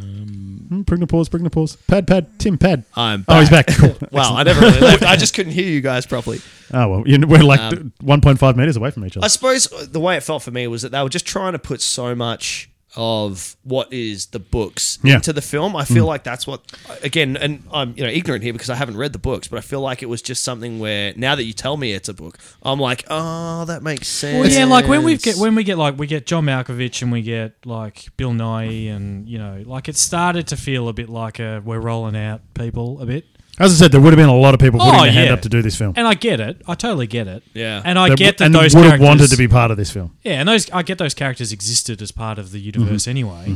Mm, Bring the pause. Bring the pause. Pad, pad. Tim, pad. I'm Oh, he's back. Cool. Wow, I never really left. I just couldn't hear you guys properly. Oh well, you know, we're like um, one point five meters away from each other. I suppose uh, the way it felt for me was that they were just trying to put so much of what is the books Yeah. Mm. into the film. I feel like that's what again, and I'm you know ignorant here because I haven't read the books, but I feel like it was just something where now that you tell me it's a book, I'm like, oh, that makes Mm. sense. well, yeah, like when we get when we get like we get John Malkovich and we get like Bill Nye and you know like it started to feel a bit like a we're rolling out people a bit. As I said, there would have been a lot of people putting Oh, their hand yeah. up to do this film. And I get it. I totally get it. Yeah. And I They get that and those would have characters wanted to be part of this film. Yeah, and those I get those characters existed as part of the Mm-hmm. universe anyway.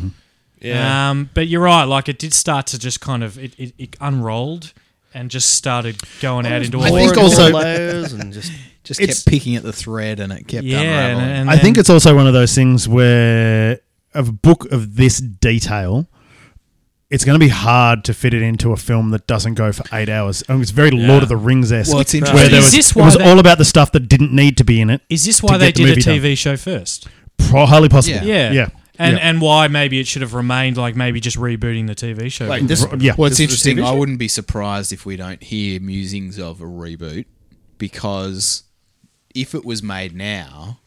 yeah, Um, but you're right. Like it did start to just kind of it, it, it unrolled and just started going out into all. I More think and sorts also- more layers and just Just It's- kept picking at the thread and it of- kept yeah, and, unraveling. and I think then- it's also one of those things where a book of this detail, it's going to be hard to fit it into a film that doesn't go for eight hours. I mean, it's very Lord of the Rings esque. Well, it's where interesting. there Is was, this it why was they- all about the stuff that didn't need to be in it. is this to why they get the did a movie done. TV show first? Pro- highly possible. Yeah. Yeah, Yeah. and Yeah. and why maybe it should have remained like maybe just rebooting the TV show. like this. Yeah. Well, it's This is a interesting. TV I show? wouldn't be surprised if we don't hear musings of a reboot because if it was made now,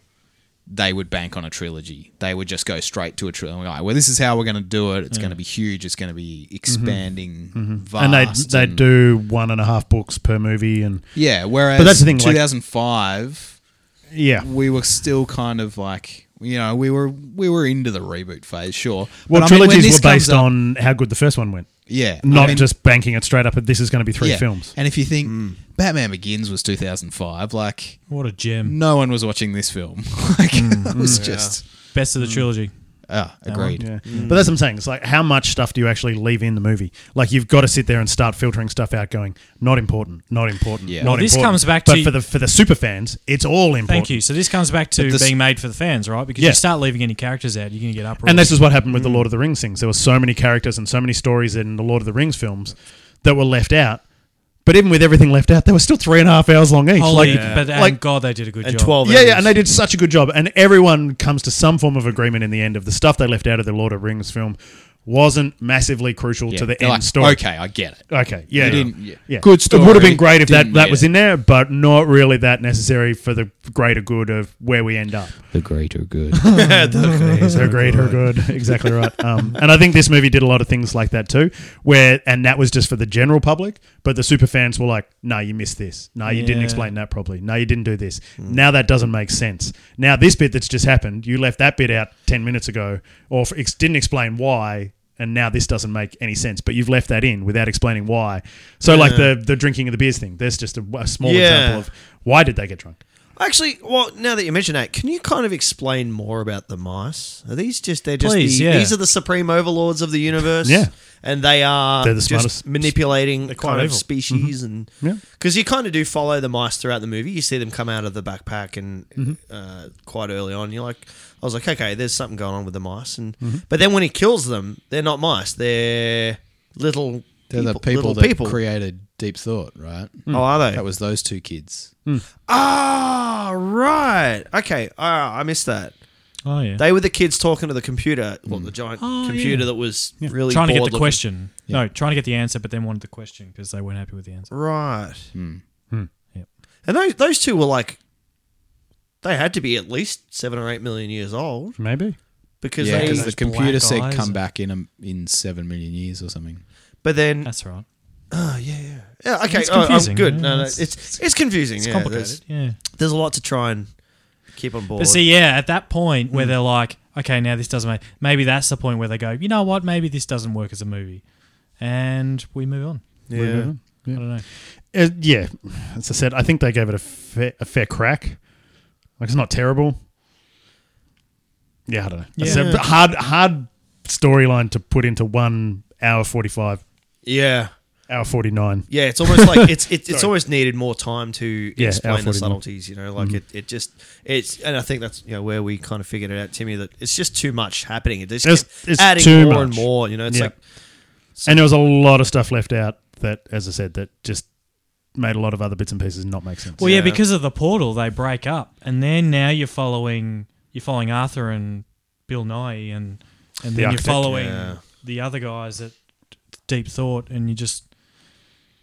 they would bank on a trilogy. They would just go straight to a trilogy. well, this is how we're going to do it. It's going to be huge. It's going to be expanding, Mm-hmm. and they vast. they do one and a half books per movie, and Yeah. Whereas, But that's the thing, like- 2005, yeah, we were still kind of like. You know, we were we were into the reboot phase, sure. well, But I mean, when trilogies this were comes based up- on how good the first one went, yeah, I not mean- just banking it straight up. At this is going to be three yeah. films. And if you think Batman Begins was 2005, like what a gem! no one was watching this film. like it was just mm, Best of the trilogy. ah, agreed. Yeah. But that's what I'm saying. It's like how much stuff do you actually leave in the movie? Like you've got to sit there and start filtering stuff out, going not important, not important, Yeah. not Well, this important. comes back but to- for the for the super fans, it's all important. Thank you. So this comes back to But this- being made for the fans, right? Because Yeah. you start leaving any characters out, you're going to get uproar. And this is what happened Mm. with the Lord of the Rings things. There were so many characters and so many stories in the Lord of the Rings films that were left out. But even with everything left out, they were still three and a half hours long each. Holy, like, but like thank God they did a good and job. twelve. Yeah, yeah, hours. and they did such a good job. And everyone comes to some form of agreement in the end of the stuff they left out of the Lord of the Rings film wasn't massively crucial to Yeah. the They're end like, story. Okay, I get it. Okay. Yeah. You yeah. didn't- yeah. yeah. Good It would have story, been great if that, didn't- that was yeah. in there, but not really that necessary for the greater good of where we end up. The greater good. Is her greater good? Exactly right. Um, and I think this movie did a lot of things like that too, where and that was just for the general public, but the super fans were like, "No, you missed this. No, you didn't Yeah. explain that properly. No, you didn't do this. Now that doesn't make sense. Now this bit that's just happened, you left that bit out ten minutes ago, or f- ex- didn't explain why." And now this doesn't make any sense, but you've left that in without explaining why. So, like the the drinking of the beers thing, there's just a, a small Yeah. example of why did they get drunk? Actually, well, now that you mention that, can you kind of explain more about the mice? Are these just they're just Please, the, yeah. these are the supreme overlords of the universe? Yeah. and they are They're the just smartest- manipulating the quite kind of evil. species and Yeah. because you kind of do follow the mice throughout the movie. You see them come out of the backpack and uh, quite early on, you're like, I was like, okay, there's something going on with the mice, and but then when he kills them, they're not mice; they're little They're the people little that people. created Deep Thought, right? oh, are they? That was those two kids. Ah, right. Okay. Ah, I missed that. Oh yeah. They were the kids talking to the computer, well, the giant Oh, computer yeah. that was really trying to get bored the looking. question. No, trying to get the answer, but then wanted the question because they weren't happy with the answer. right? Hmm. Hmm. Yep. And those those two were like, they had to be at least seven or eight million years old Maybe because Yeah, they. because the computer black said eyes come and- back in a, in seven million years or something. But then, That's right. oh yeah, yeah, yeah. Okay, It's oh, I'm confusing. good. Yeah, no, no, it's- it's it's, confusing. It's yeah, complicated. Yeah. There's, there's a lot to try and keep on board. But see, yeah, at that point where they're like, okay, now this doesn't make. Maybe that's the point where they go, you know what? Maybe this doesn't work as a movie, and we move on. yeah. I don't know. Uh, yeah, as I said, I think they gave it a fair, a fair crack. Like it's not terrible. Yeah, I don't know. It's a Yeah. hard hard storyline to put into one hour forty five, yeah. hour forty nine. Yeah, it's almost like it's it's, it's almost needed more time to Yeah, explain the Alfred and- subtleties. You know, like it, it just it's and I think that's you know where we kind of figured it out, Timmy. That it's just too much happening. It just It's- kept it's adding too more and much. more. You know, it's Yeah. like And there was a lot of stuff left out that, as I said, that just made a lot of other bits and pieces not make sense. Well, yeah. Yeah. because of the portal, they break up, and then now you're following you're following Arthur and Bill Nye, and and The then you're architect. following Yeah. the other guys at Deep Thought, and you just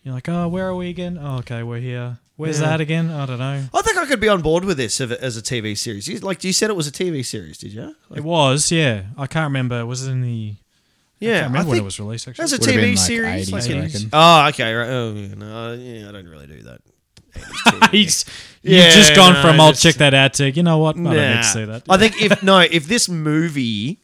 you're like, oh, where are we again? Oh, okay, we're here. Where's that again? I don't know. I think I could be on board with this if it, as a TV series. You, like you said, it was a TV series, did you? Like, It was, yeah. I can't remember. Was it in the? I yeah, can't remember when it think was released. Actually, as a Would've TV been, like, series. 80s, like I in- reckon. oh, okay, right. Oh, yeah, no, yeah, I don't really do that. He's- Yeah, you've just gone no, from I'll just- check that out to you know what I don't Nah. need to see that. I think if no, if this movie,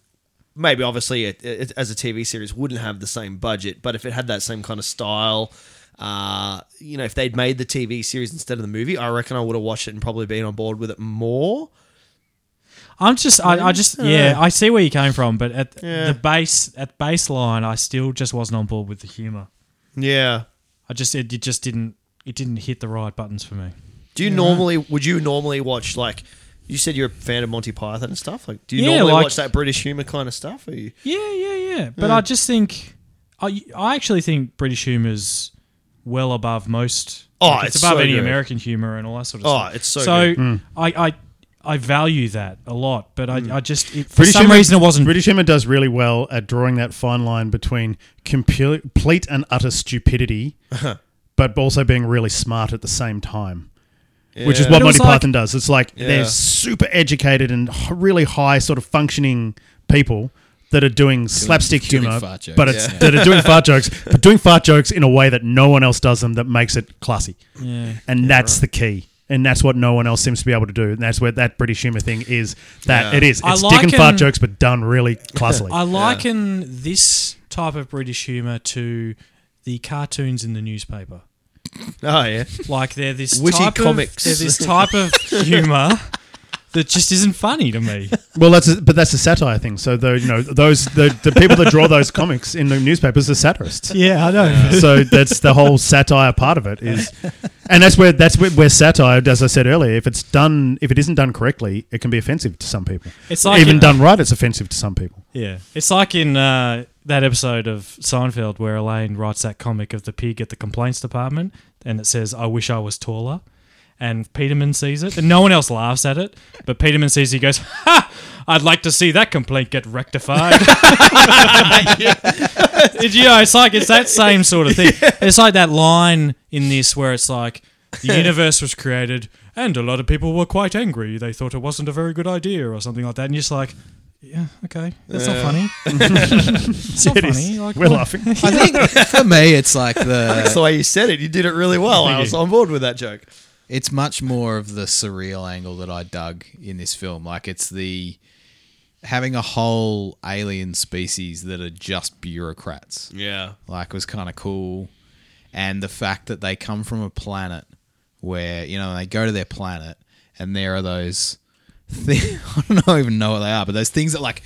maybe obviously it, it, as a TV series wouldn't have the same budget, but if it had that same kind of style, uh, you know, if they'd made the TV series instead of the movie, I reckon I would have watched it and probably been on board with it more. I'm just, I, I just, yeah, I see where you came from, but at Yeah. the base, at baseline, I still just wasn't on board with the humor. Yeah. I just, it, it just didn't, it didn't hit the right buttons for me. Do you normally? Would you normally watch like? You said you're a fan of Monty Python and stuff. Like, do you Yeah, normally like- watch that British humor kind of stuff? Or you? Yeah, yeah, yeah. But I just think, I, I actually think British humor's well above most. Oh, like, it's above so any good. American humor and all that sort of Oh, stuff. it's so So good. I, I, I value that a lot, but I, Mm. I just, it, for British some humor- reason, it wasn't. British humor does really well at drawing that fine line between compu- complete and utter stupidity, but also being really smart at the same time. Which is Yeah. what But it was Monty like- Python does. It's like Yeah. they're super educated and h- really high sort of functioning people that are doing, slapstick doing humor, fart jokes. but it's that are doing fart jokes, but doing fart jokes in a way that no one else does them that makes it classy. yeah. And that's the key. And that's what no one else seems to be able to do. And that's where that British humor thing is that Yeah. it is. I It's dick and fart liken- jokes, but done really classily. uh, I liken this type of British humour to the cartoons in the newspaper. Oh yeah. Like they're this Witty type comics. of they're this type of humour that just isn't funny to me. Well, that's a, but that's a satire thing. So the you know those the, the people that draw those comics in the newspapers are satirists. Yeah, I know. So that's the whole satire part of it is, and that's where that's where, where satire, as I said earlier, if it's done if it isn't done correctly, it can be offensive to some people. It's like even in- done right, it's offensive to some people. Yeah, it's like in uh, that episode of Seinfeld where Elaine writes that comic of the pig at the complaints department, and it says, "I wish I was taller." And Peterman sees it, and no one else laughs at it. But Peterman sees it, he goes, "Ha! I'd like to see that complaint get rectified." It's, you know, it's like it's that same sort of thing. It's like that line in this where it's like the universe was created and a lot of people were quite angry. They thought it wasn't a very good idea or something like that. And you're just like, yeah, okay, that's not funny. it's not It is. funny. Like, We're what? laughing. I think for me, it's like That's the. the way you said it. You did it really well. I was on board with that joke. It's much more of the surreal angle that I dug in this film. Like it's the having a whole alien species that are just bureaucrats. Yeah. like was kind of cool and the fact that they come from a planet where you know they go to their planet and there are those thi- i don't know, even know what they are but those things that like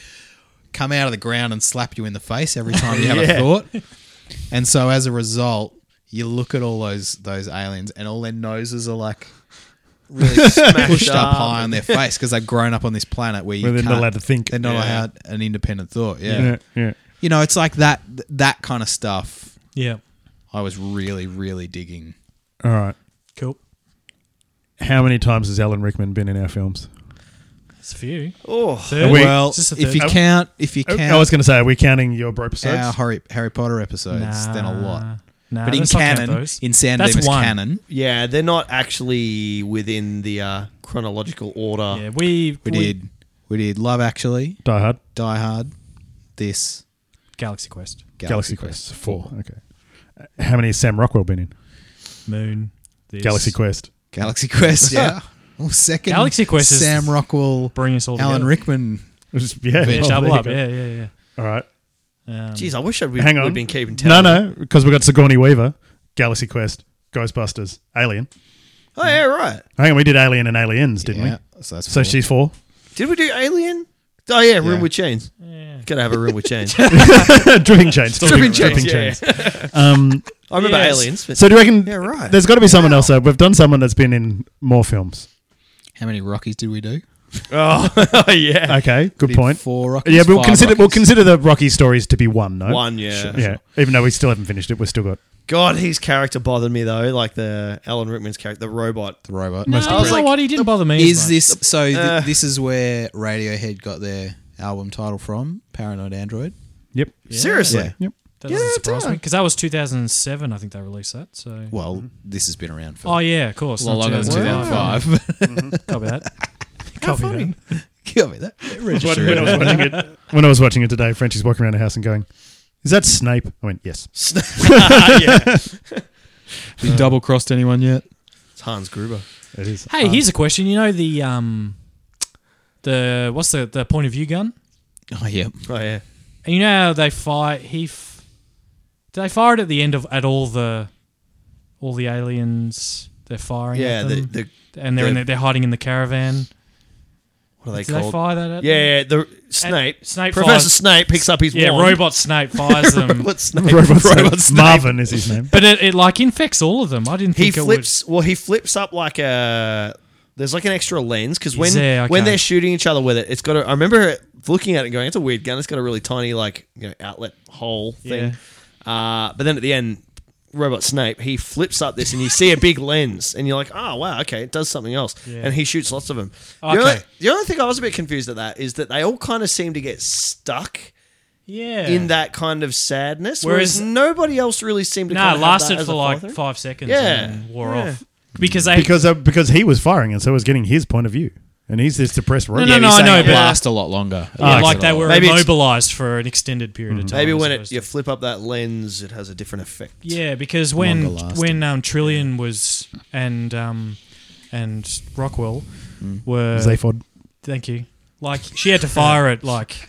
come out of the ground and slap you in the face every time you have a thought and so as a result you look at all those those aliens and all their noses are like pushed up high on their face because they've grown up on this planet where you Where they're not can't- allowed to think. They're not Yeah. allowed an independent thought. Yeah, yeah, yeah. you know, it's like that that kind of stuff Yeah, I was really, really digging. All right. cool. How many times has Alan Rickman been in our films? It's a few. Oh, Third? we- Oh, Well, Is this the if third? you count, if you I- Oh, count I was going to say, are we counting your bro episodes? our Harry, Harry Potter episodes, Nah. then a lot. Nah, but in let's not count canon, those. in San That's Dimas one. canon, yeah. They're not actually within the uh, chronological order. Yeah, we we, did we did Love Actually, Die Hard, Die Hard, this Galaxy Quest, Galaxy, Quest Four. Okay. Uh, How many has Sam Rockwell been in? Moon, this. Galaxy Quest. Galaxy Quest, yeah. Well, second Galaxy Quest is- Sam Rockwell, Bring us all Alan together. Rickman. Just- yeah, Yeah, well, Double Oh, there you up. go. Yeah, yeah, All right. yeah. Um, Jeez, I wish I'd we, Hang on. we'd been keeping No, tabs. no, because we've got Sigourney Weaver, Galaxy Quest, Ghostbusters, Alien. Oh yeah, right. Hang on, we did Alien and Aliens, didn't yeah, we? So that's So four. she's four. Did we do Alien? Oh yeah, Room Yeah. with Chains. yeah. Gotta have a room with chains. Dripping chains. Dripping chains, Um, I remember Yes. aliens. But so do you reckon Yeah, right. there's got to be someone else? Though. We've done someone that's been in more films. How many Rockies did we do? oh, yeah. Okay, good Did point. Four Rockies. Yeah, we'll five consider we'll Rockies. consider the Rocky stories to be one. No, One, yeah. Yeah, even though we still haven't finished it, we've still got God, his character bothered me though, like the Alan Rickman's character, the robot. The robot. No, you know I was like, what? He didn't bother me. Is as much. this so? th- Uh. this is where Radiohead got their album title from, Paranoid Android. Yep. Seriously. Yeah. Yep. That doesn't Yeah, surprise duh. me because that was 2007. I think they released that. So. Well, this has been around for Oh yeah, of course. well not longer than 2005. 2005. Copy that. Copy that. Give me that. When, when I was watching it, when I was watching it today, Frenchie's walking around the house and going, "Is that Snape?" I went, "Yes." Have you double crossed anyone yet? It's Hans Gruber. It is. Hey, here's a question. You know the um, the what's the the point of view gun? Oh yeah. Oh yeah. And you know how they fire. He f- do they fire it at the end of at all the all the aliens. They're firing. Yeah, at the, them, the and they're in the- the, they're hiding in the caravan. what are they Do they called? fire that at? yeah, them? yeah, the Snape. Snape Professor fires- Snape picks up his yeah. wand. Robot Snape fires them, Robot Snape. Um, Robot Snape. Robot Snape. Marvin is his name. but it, it like infects all of them. I didn't He think it would. flips. Well, he flips up like a. There's like an extra lens because when there? Okay. when they're shooting each other with it, it's got. A, I remember looking at it and going, "It's a weird gun. It's got a really tiny like you know outlet hole thing." Uh, but then at the end, Robot Snape he flips up this and you see a big lens and you're like, "Oh wow, okay, it does something else." And he shoots lots of them. The, Okay. only, the only thing I was a bit confused at that is that they all kind of seem to get stuck Yeah. in that kind of sadness, Whereas- whereas, nobody else really seemed to. No, kind it of lasted have that as for a like follow-through. five seconds Yeah. and then wore Yeah. off. Because they because uh, because he was firing and so was getting his point of view, and he's this depressed robot. No, yeah, no, he's I saying know, it but- last a lot longer. It yeah, lasts like a they lot were Maybe it's- immobilized for an extended period of time. Maybe I when it, suppose. you flip up that lens, it has a different effect. yeah, because when Longer lasting. when um, Trillian was and um, and Rockwell Mm. were Zaphod. thank you, like she had to fire it like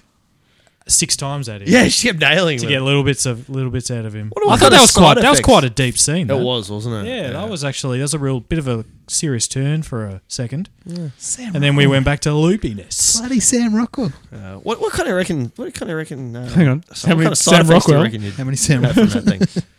six times at him Yeah, she kept nailing to with get it. little bits of little bits out of him. What a- I what thought kind that of was quite side that was effects? quite a deep scene. It that. was, wasn't it? Yeah, that was actually that was a real bit of a serious turn for a second, Sam and then we went back to loopiness. bloody Sam Rockwell. Uh, what, what kind of reckon? What kind of reckon? Uh, Hang on. Sam- some- What kind of side Sam effects do you Rockwell? reckon you'd How many Sam? have from that thing?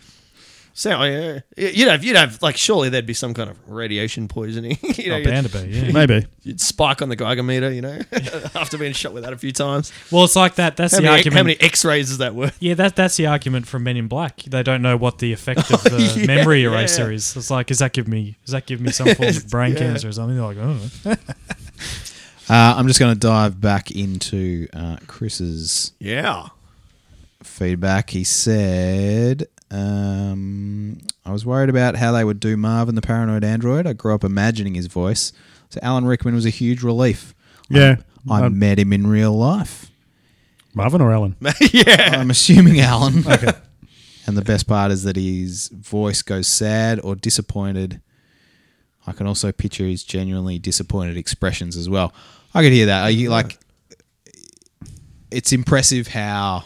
Sam, oh, yeah, yeah. you'd have, you'd have, like, surely there'd be some kind of radiation poisoning. you know, Oh, you'd, bound to be, yeah. Maybe. you'd spike on the Geiger meter, you know, after being shot with that a few times. Well, it's like that. That's How the many, argument. how many X-rays is that worth? yeah, that that's the argument from Men in Black. They don't know what the effect of the yeah, memory yeah. eraser is. It's like, does that give me does that give me some form of brain cancer or something? They're like, oh, Uh, I'm just going to dive back into uh, Chris's Yeah. feedback. He said, um, I was worried about how they would do Marvin the Paranoid Android. I grew up imagining his voice. So Alan Rickman was a huge relief. Yeah. I Um, met him in real life. Marvin or Alan? I'm assuming Alan. okay. And the best part is that his voice goes sad or disappointed. I can also picture his genuinely disappointed expressions as well. I could hear that. Are you like? It's impressive how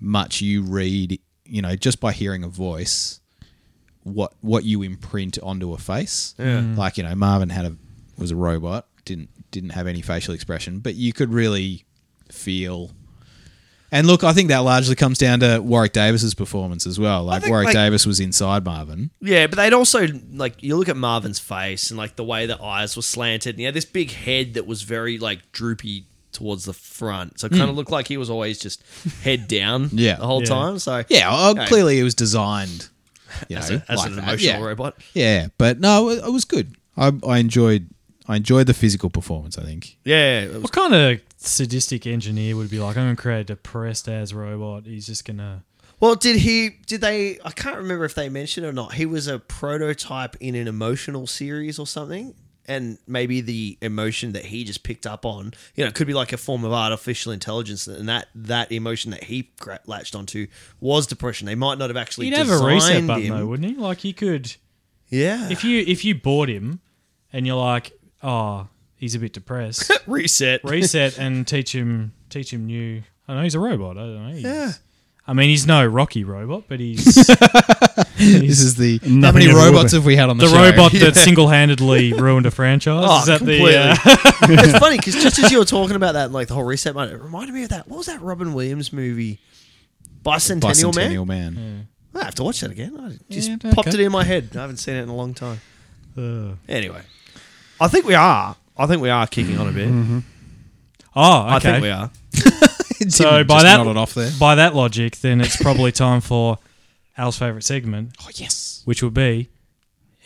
much you read. You know, just by hearing a voice, what what you imprint onto a face. Yeah. Like you know, Marvin had a was a robot. Didn't didn't have any facial expression, but you could really feel and look, I think that largely comes down to Warwick Davis's performance as well. Like think, Warwick like- Davis was inside Marvin. Yeah, but they'd also like you look at Marvin's face and like the way the eyes were slanted, and he had this big head that was very like droopy towards the front, so it kind of looked like he was always just head down, Hmm. Yeah. the whole time. So Yeah, uh, Okay. clearly it was designed. You as, know, a- as like an that. emotional yeah. robot. Yeah, but no, it, it was good. I, I enjoyed I enjoyed the physical performance. I think Yeah, it was- what kind of sadistic engineer would be like? I'm gonna create a depressed as robot. He's just gonna. well, did he? Did they? I can't remember if they mentioned or not. He was a prototype in an emotional series or something. And maybe the emotion that he just picked up on, you know, it could be like a form of artificial intelligence, and that that emotion that he gra- latched onto was depression. They might not have actually He'd have a reset designed button him. though, wouldn't he? Like he could. Yeah. If you if you bought him, and you're like, oh, he's a bit depressed. reset. reset and teach him teach him new. I don't know he's a robot. I don't know. He's, Yeah. I mean, he's no Rocky robot, but he's this is the how Nothing many ever will robots be. have we had on the, the show? robot that single-handedly ruined a franchise. Oh, Is that completely. the uh, it's funny because just as you were talking about that, like the whole reset button, it reminded me of that. What was that Robin Williams movie? Bicentennial, Bicentennial Man. man. Hmm. I have to watch that again. I just Yeah, popped okay. Uh. it in my head. I haven't seen it in a long time. Anyway, I think we are. I think we are kicking on a bit. Mm-hmm. oh, okay. I think we are. Tim So by just that nodded off there. by that logic, then it's probably time for Al's favorite segment, Oh yes. which would be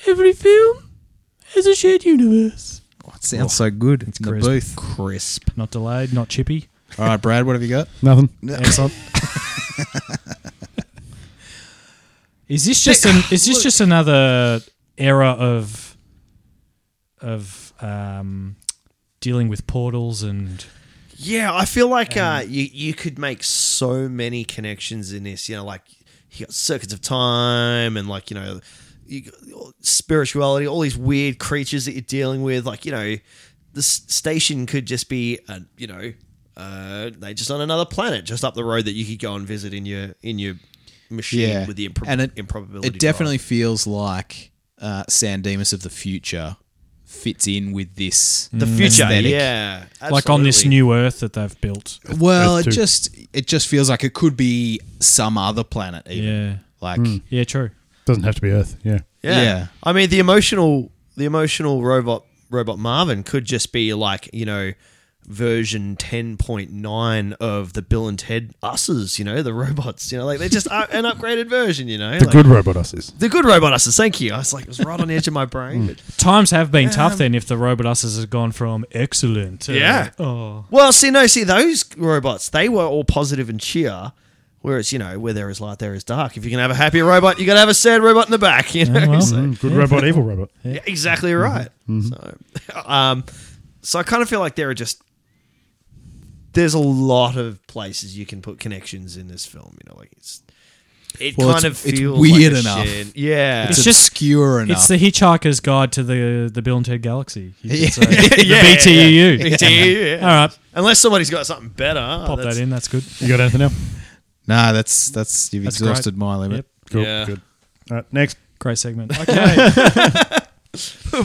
every film has a shared universe. Oh, it sounds so good. It's in crisp. the booth. Crisp. Not delayed, not chippy. All right, Brad. What have you got? Nothing. Excellent. is this just an, is this just another era of of um, dealing with portals and Yeah, I feel like uh, Um, you you could make so many connections in this. You know, like you got circuits of time, and like you know, you got spirituality, all these weird creatures that you're dealing with. Like you know, the s- station could just be, uh, you know, uh, they just on another planet just up the road that you could go and visit in your in your machine Yeah, with the impro- and it, improbability. It definitely feels like uh, San Dimas of the future fits in with this. drive. the future. aesthetic. Yeah, like on this absolutely. new Earth that they've built? Well, Earth it two. just it just feels like it could be some other planet. Even. Yeah, Hmm. Like yeah, true. Doesn't have to be Earth. Yeah. Yeah. Yeah. I mean the emotional the emotional robot robot Marvin could just be like, you know, version 10.9 of the Bill and Ted usses, you know, the robots, you know, like they're just uh, an upgraded version, you know. The like, good robot usses. the good robot usses, thank you. I was like, it was right on the edge of my brain. But, Times have been tough then if the robot usses has gone from excellent to Um, Yeah. oh well, see, no, see, those robots, they were all positive and cheer. Whereas, you know, where there is light, there is dark. If you're going to have a happy robot, you're going to have a sad robot in the back, you know. well. So- Mm, good robot, evil robot. Yeah, exactly right. Mm-hmm. So, um, so I kind of feel like there are just there's a lot of places you can put connections in this film. You know, like it's it Well, kind it's- of it's feels weird like a enough. shared- yeah, it's, It's just- obscure enough. it's the Hitchhiker's Guide to the the Bill and Ted Galaxy. You could Yeah. say. the yeah, yeah, BTUU. yeah. Oh, BTU, yeah. All right, Unless somebody's got something better, pop that in. That's good. You got anything else? nah, that's that's you've That's great. exhausted my limit. Yep. Cool. Yeah. Good. All right. Next. Great segment. Okay.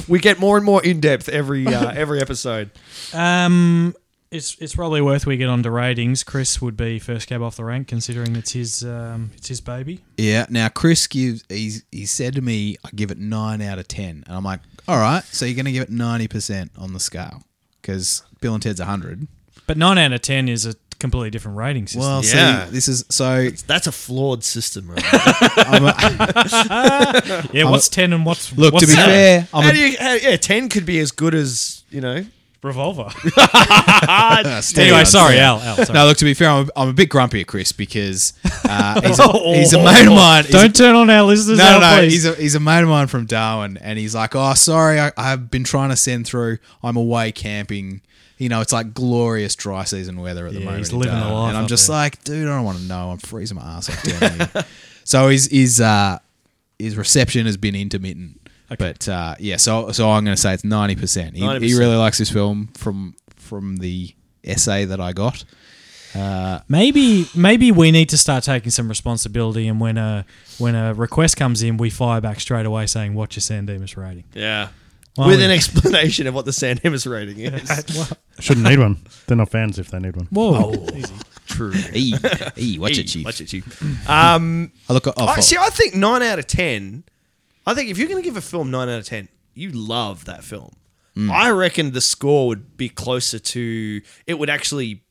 We get more and more in depth every uh, every episode. um, it's it's probably worth we get onto ratings. Chris would be first cab off the rank, considering it's his um, it's his baby. Yeah. Now Chris gives he's, he said to me, I give it nine out of ten, and I'm like, all right, so you're gonna give it ninety percent on the scale because Bill and Ted's hundred. But nine out of ten is a completely different rating system. Well, Yeah. see, this is so. That's a flawed system, right? I'm a, yeah, what's ten and what's look, what's to be seven? fair, how I'm do a, you, how, yeah, ten could be as good as you know. revolver. uh, steady anyway, on, sorry, yeah. Al. Al sorry. No, look. To be fair, I'm a, I'm a bit grumpy at Chris because uh, he's, a, he's Oh. a mate of mine. He's a- Don't turn on our listeners. no, Al, no, please. he's a he's a mate of mine from Darwin, and he's like, oh, sorry, I, I've been trying to send through. I'm away camping. You know, it's like glorious dry season weather at the Yeah, moment. he's in living the Darwin, life and I'm up just there. like, dude, I don't want to know. I'm freezing my ass off down here. so his his uh, his reception has been intermittent. But uh, yeah, so so I'm going to say it's ninety percent. He, he 90%. really likes this film from from the essay that I got. Maybe maybe we need to start taking some responsibility, and when a when a request comes in, we fire back straight away saying, "What's your San Dimas rating?" Yeah. Why With would an you? explanation of what the San Dimas rating is. Shouldn't need one. They're not fans if they need one. Whoa, Oh, True. Hey, hey, watch it, chief. Mm. Watch it, Chief. Um, I look. Oh, I, fuck. see, I think nine out of ten. I think if you're going to give a film nine out of ten, you love that film. Mm. I reckon the score would be closer to. It would actually.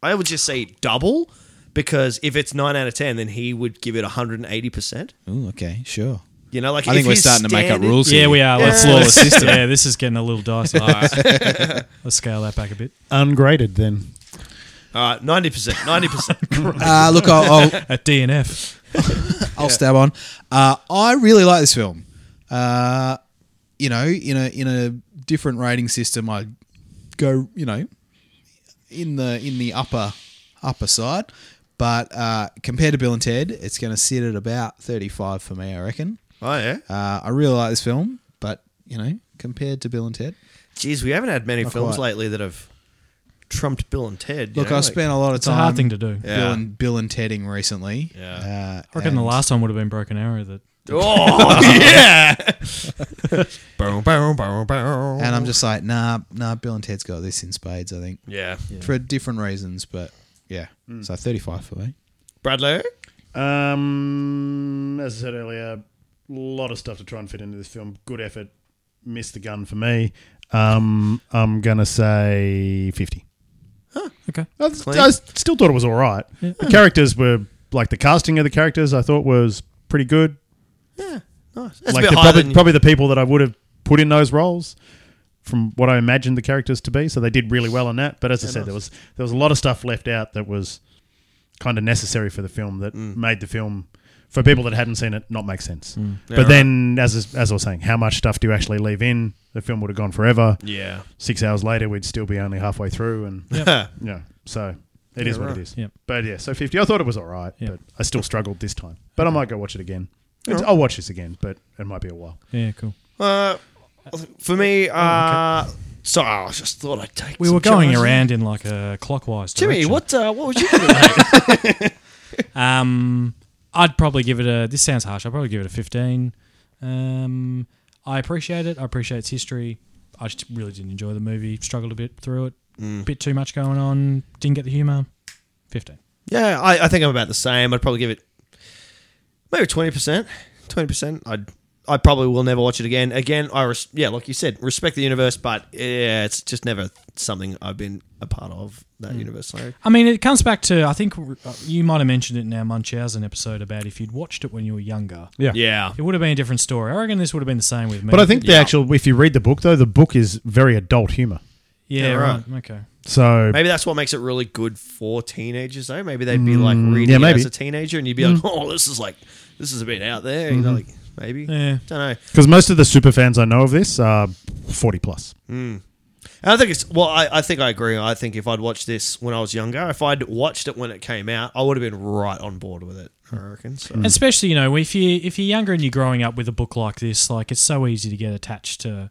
I would just say double, because if it's nine out of ten, then he would give it 180. percent Ooh, okay, sure. You know, like I if think we're his starting to make up standard- rules. yeah, here. we are. Let's Yeah. let's- Flawless system. Yeah, this is getting a little dicey. Let's scale that back a bit. Ungraded then. All right, ninety percent, ninety percent. Uh, look, I'll, I'll, At DNF, I'll stab on. Uh, I really like this film. Uh, you know, in a in a different rating system, I go, you know, in the in the upper upper side. But uh, compared to Bill and Ted, it's going to sit at about thirty five for me. I reckon. Oh yeah. Uh, I really like this film, but you know, compared to Bill and Ted, Jeez, we haven't had many films quite. lately that have trumped Bill and Ted. you look, know, I've like- spent a lot of it's time. a hard thing to do. Yeah. Bill and Bill and Tedding recently. Uh, Yeah. I reckon the and- last one would have been Broken Arrow. That Oh yeah. And I'm just like, nah, nah, Bill and Ted's got this in spades, I think. yeah. For different reasons, but yeah. Hmm. So 35 for me. Bradley. Um, as I said earlier, a lot of stuff to try and fit into this film. Good effort. Missed the gun for me. Um, I'm gonna say fifty. okay. Ah, I, I still thought it was all right. The characters were like the casting of the characters I thought was pretty good. Yeah, nice. That's like a the bit higher probably, than probably the people that I would have put in those roles from what I imagined the characters to be. So they did really well on that. But as I said, there was there was a lot of stuff left out that was kind of necessary for the film that Mm. made the film for people that hadn't seen it not make sense. Mm. but right. then, as as I was saying, how much stuff do you actually leave in? The film would have gone forever. yeah. Six hours later, we'd still be only halfway through, and yeah, so it is what right. it is. Yep. But yeah, so 50. I thought it was all right, Yep. but I still struggled this time. But I might go watch it again. It's- I'll watch this again, but it might be a while. Yeah, cool. Uh, for me, uh, so I just thought I'd take. Oh, We some were going charge. around in like a clockwise. Jimmy, direction. what uh, what would you do? mate? Um, I'd probably give it a. This sounds harsh. I'd probably give it a fifteen. Um, I appreciate it. I appreciate its history. I just really didn't enjoy the movie. Struggled a bit through it. Bit too much going on. Didn't get the humor. Fifteen. yeah, I, I think I'm about the same. I'd probably give it maybe twenty percent. Twenty percent. I'd. I probably will never watch it again. Again, I res- yeah, like you said, respect the universe, but yeah, it's just never something I've been a part of that Hmm. universe. So I mean, it comes back to I think uh, you might have mentioned it in our Munchausen episode about if you'd watched it when you were younger, yeah, it would have been a different story. I reckon this would have been the same with me. But I think the Yeah. actual, if you read the book though, the book is very adult humor. yeah, Yeah, right. Okay. So Maybe that's what makes it really good for teenagers, though. Maybe they'd be like reading yeah, it maybe. as a teenager, and you'd be like, "Oh, this is like, this is a bit out there." You know, like maybe. Yeah. Don't know. because most of the super fans I know of this are 40 plus. And I think it's well. I, I think I agree. I think if I'd watched this when I was younger, if I'd watched it when it came out, I would have been right on board with it. I reckon. So Hmm. Especially, you know, if you if you're younger and you're growing up with a book like this, like it's so easy to get attached to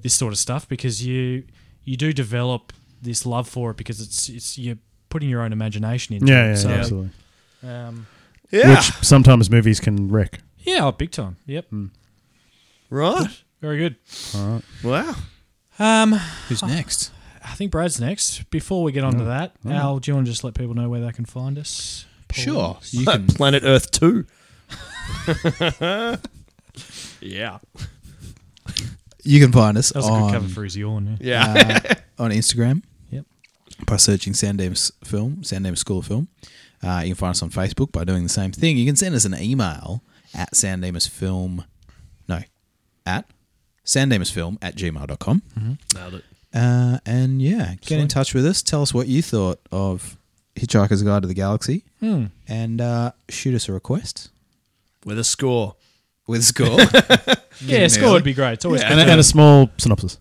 this sort of stuff because you you do develop this love for it because it's it's you're putting your own imagination into Yeah, yeah, it. yeah, so, absolutely. Um, yeah, Which sometimes movies can wreck. yeah, oh, big time. Yep. Hmm. right. Very good. Wow. Um, Who's next? I think Brad's next. Before we get Hmm. on to that, Al, do you want to just let people know where they can find us? Sure. You can. Planet Earth two. yeah. You can find us That was a good on Um, cover for his yawn. Yeah. Yeah. uh, on Instagram. Yep. By searching Sandam's film, Sandam School of Film. Uh, you can find us on Facebook by doing the same thing. You can send us an email at sandamusfilm. No, at sandamusfilm at gmail.com. Nailed it. Uh, and yeah, get in touch with us. Tell us what you thought of Hitchhiker's Guide to the Galaxy. And uh, shoot us a request With a score. with score. Yeah, score would be great. It's always And, a- and a small synopsis.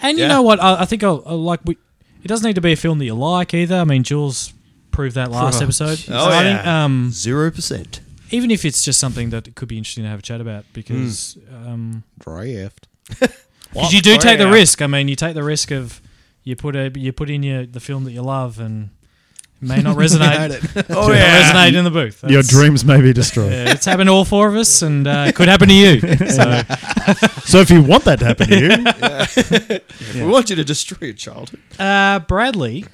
And you Yeah. know what? I, I think I'll, I'll like we, it doesn't need to be a film that you like either. I mean, Jules proved that last episode. So Oh, I yeah. think um, Zero percent. even if it's just something that it could be interesting to have a chat about because Hmm. um, Draft. 'cause you do Oh, take the risk. I mean, you take the risk of you put a you put in your the film that you love and it may not resonate. Oh may yeah. not resonate in the booth. Your That's- dreams may be destroyed. Yeah, it's happened to all four of us, and uh, it could happen to you. So So if you want that to happen to you, We want you to destroy your childhood. Uh, Bradley,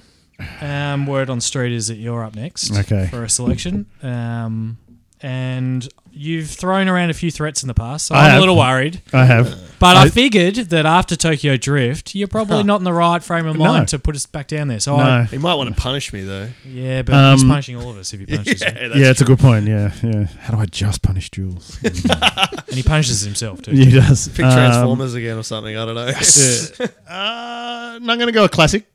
um, word on street is that you're up next Okay. for a selection. Um, and you've thrown around a few threats in the past, so I I'm have. a little worried. I have. But I, I- figured that after Tokyo Drift, you're probably not in the right frame of No. mind to put us back down there. So, I, No. He might want to punish me though. yeah, but he's Um, punishing all of us if he punishes you. that's Yeah, it's a good point. Yeah, yeah. How do I just punish Jules? And he punishes himself, too. he does. Pick Um, Transformers again or something. I don't know. Uh, no, I'm going to go a classic.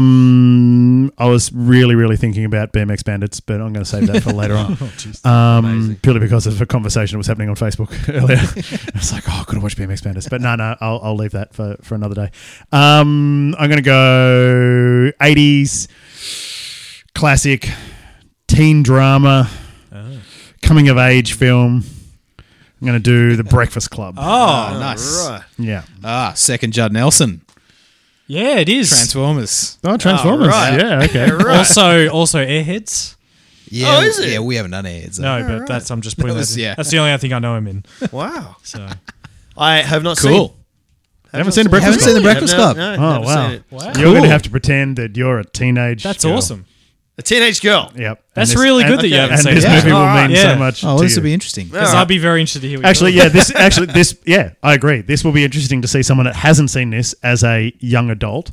Um, I was really, really thinking about BMX Bandits, but I'm going to save that for later on. um, purely because of a conversation that was happening on Facebook earlier. I was like, oh, I could have watched BMX Bandits, but no, no, I'll, I'll leave that for, for another day. Um, I'm going to go 80s classic teen drama, Ah. coming of age film. I'm going to do The Breakfast Club. Oh, nice. Right. Yeah. Ah, second Judd Nelson. yeah, it is. Transformers. Oh, Transformers. right. Yeah, okay. Also, also Airheads. Yeah, Oh, is it? Yeah, we haven't done ads. No, but that's I'm just putting that. was- in. yeah. That's the only other thing I know him in. Wow. So I have not Cool. seen. I haven't seen The I haven't Breakfast seen Club. The Breakfast Club. Have not- No, Oh haven't wow. seen it. You're going to have to pretend that you're a teenage. that's girl. awesome. A teenage girl. Yep. That's And this- really and- good that you okay. haven't And seen this it. movie will Yeah. mean Yeah. so much. Oh, to this you. will be interesting. Because Yeah. I'd be very interested to hear. What Actually, you yeah. This actually this yeah. I agree. This will be interesting to see someone that hasn't seen this as a young adult,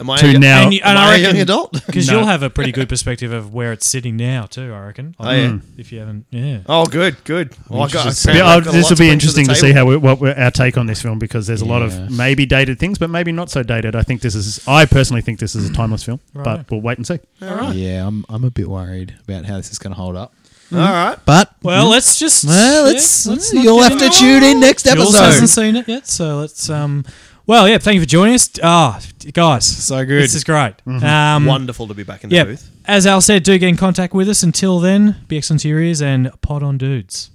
Am I? to a, now. And you- Am I I, a reckon- young adult? Because No. you'll have a pretty good perspective of where it's sitting now too. I reckon. Oh, yeah. Mm. If you haven't, yeah. oh, good, good. Well, I got- interested to see- apparently Yeah, I've I'll- got a this lot will be bring the interesting to table. see how we, what we're, our take on this film because there's a lot Yeah. of maybe dated things, but maybe not so dated. I think this is. I personally think this is a timeless film, but we'll wait and see. Yeah, I'm, I'm a bit worried about how this is going to hold up. All right. But Well, let's just. Mm. Well, let's, mm, you'll have to tune in next Jules hasn't episode. seen it yet, so let's. Um, well, yeah. Thank you for joining us. Ah, guys, So good. Mm-hmm. This is great. Mm. Um, Wonderful to be back in the yeah. booth. As Al said, do get in contact with us. Until then, be excellent to your ears and pod on dudes.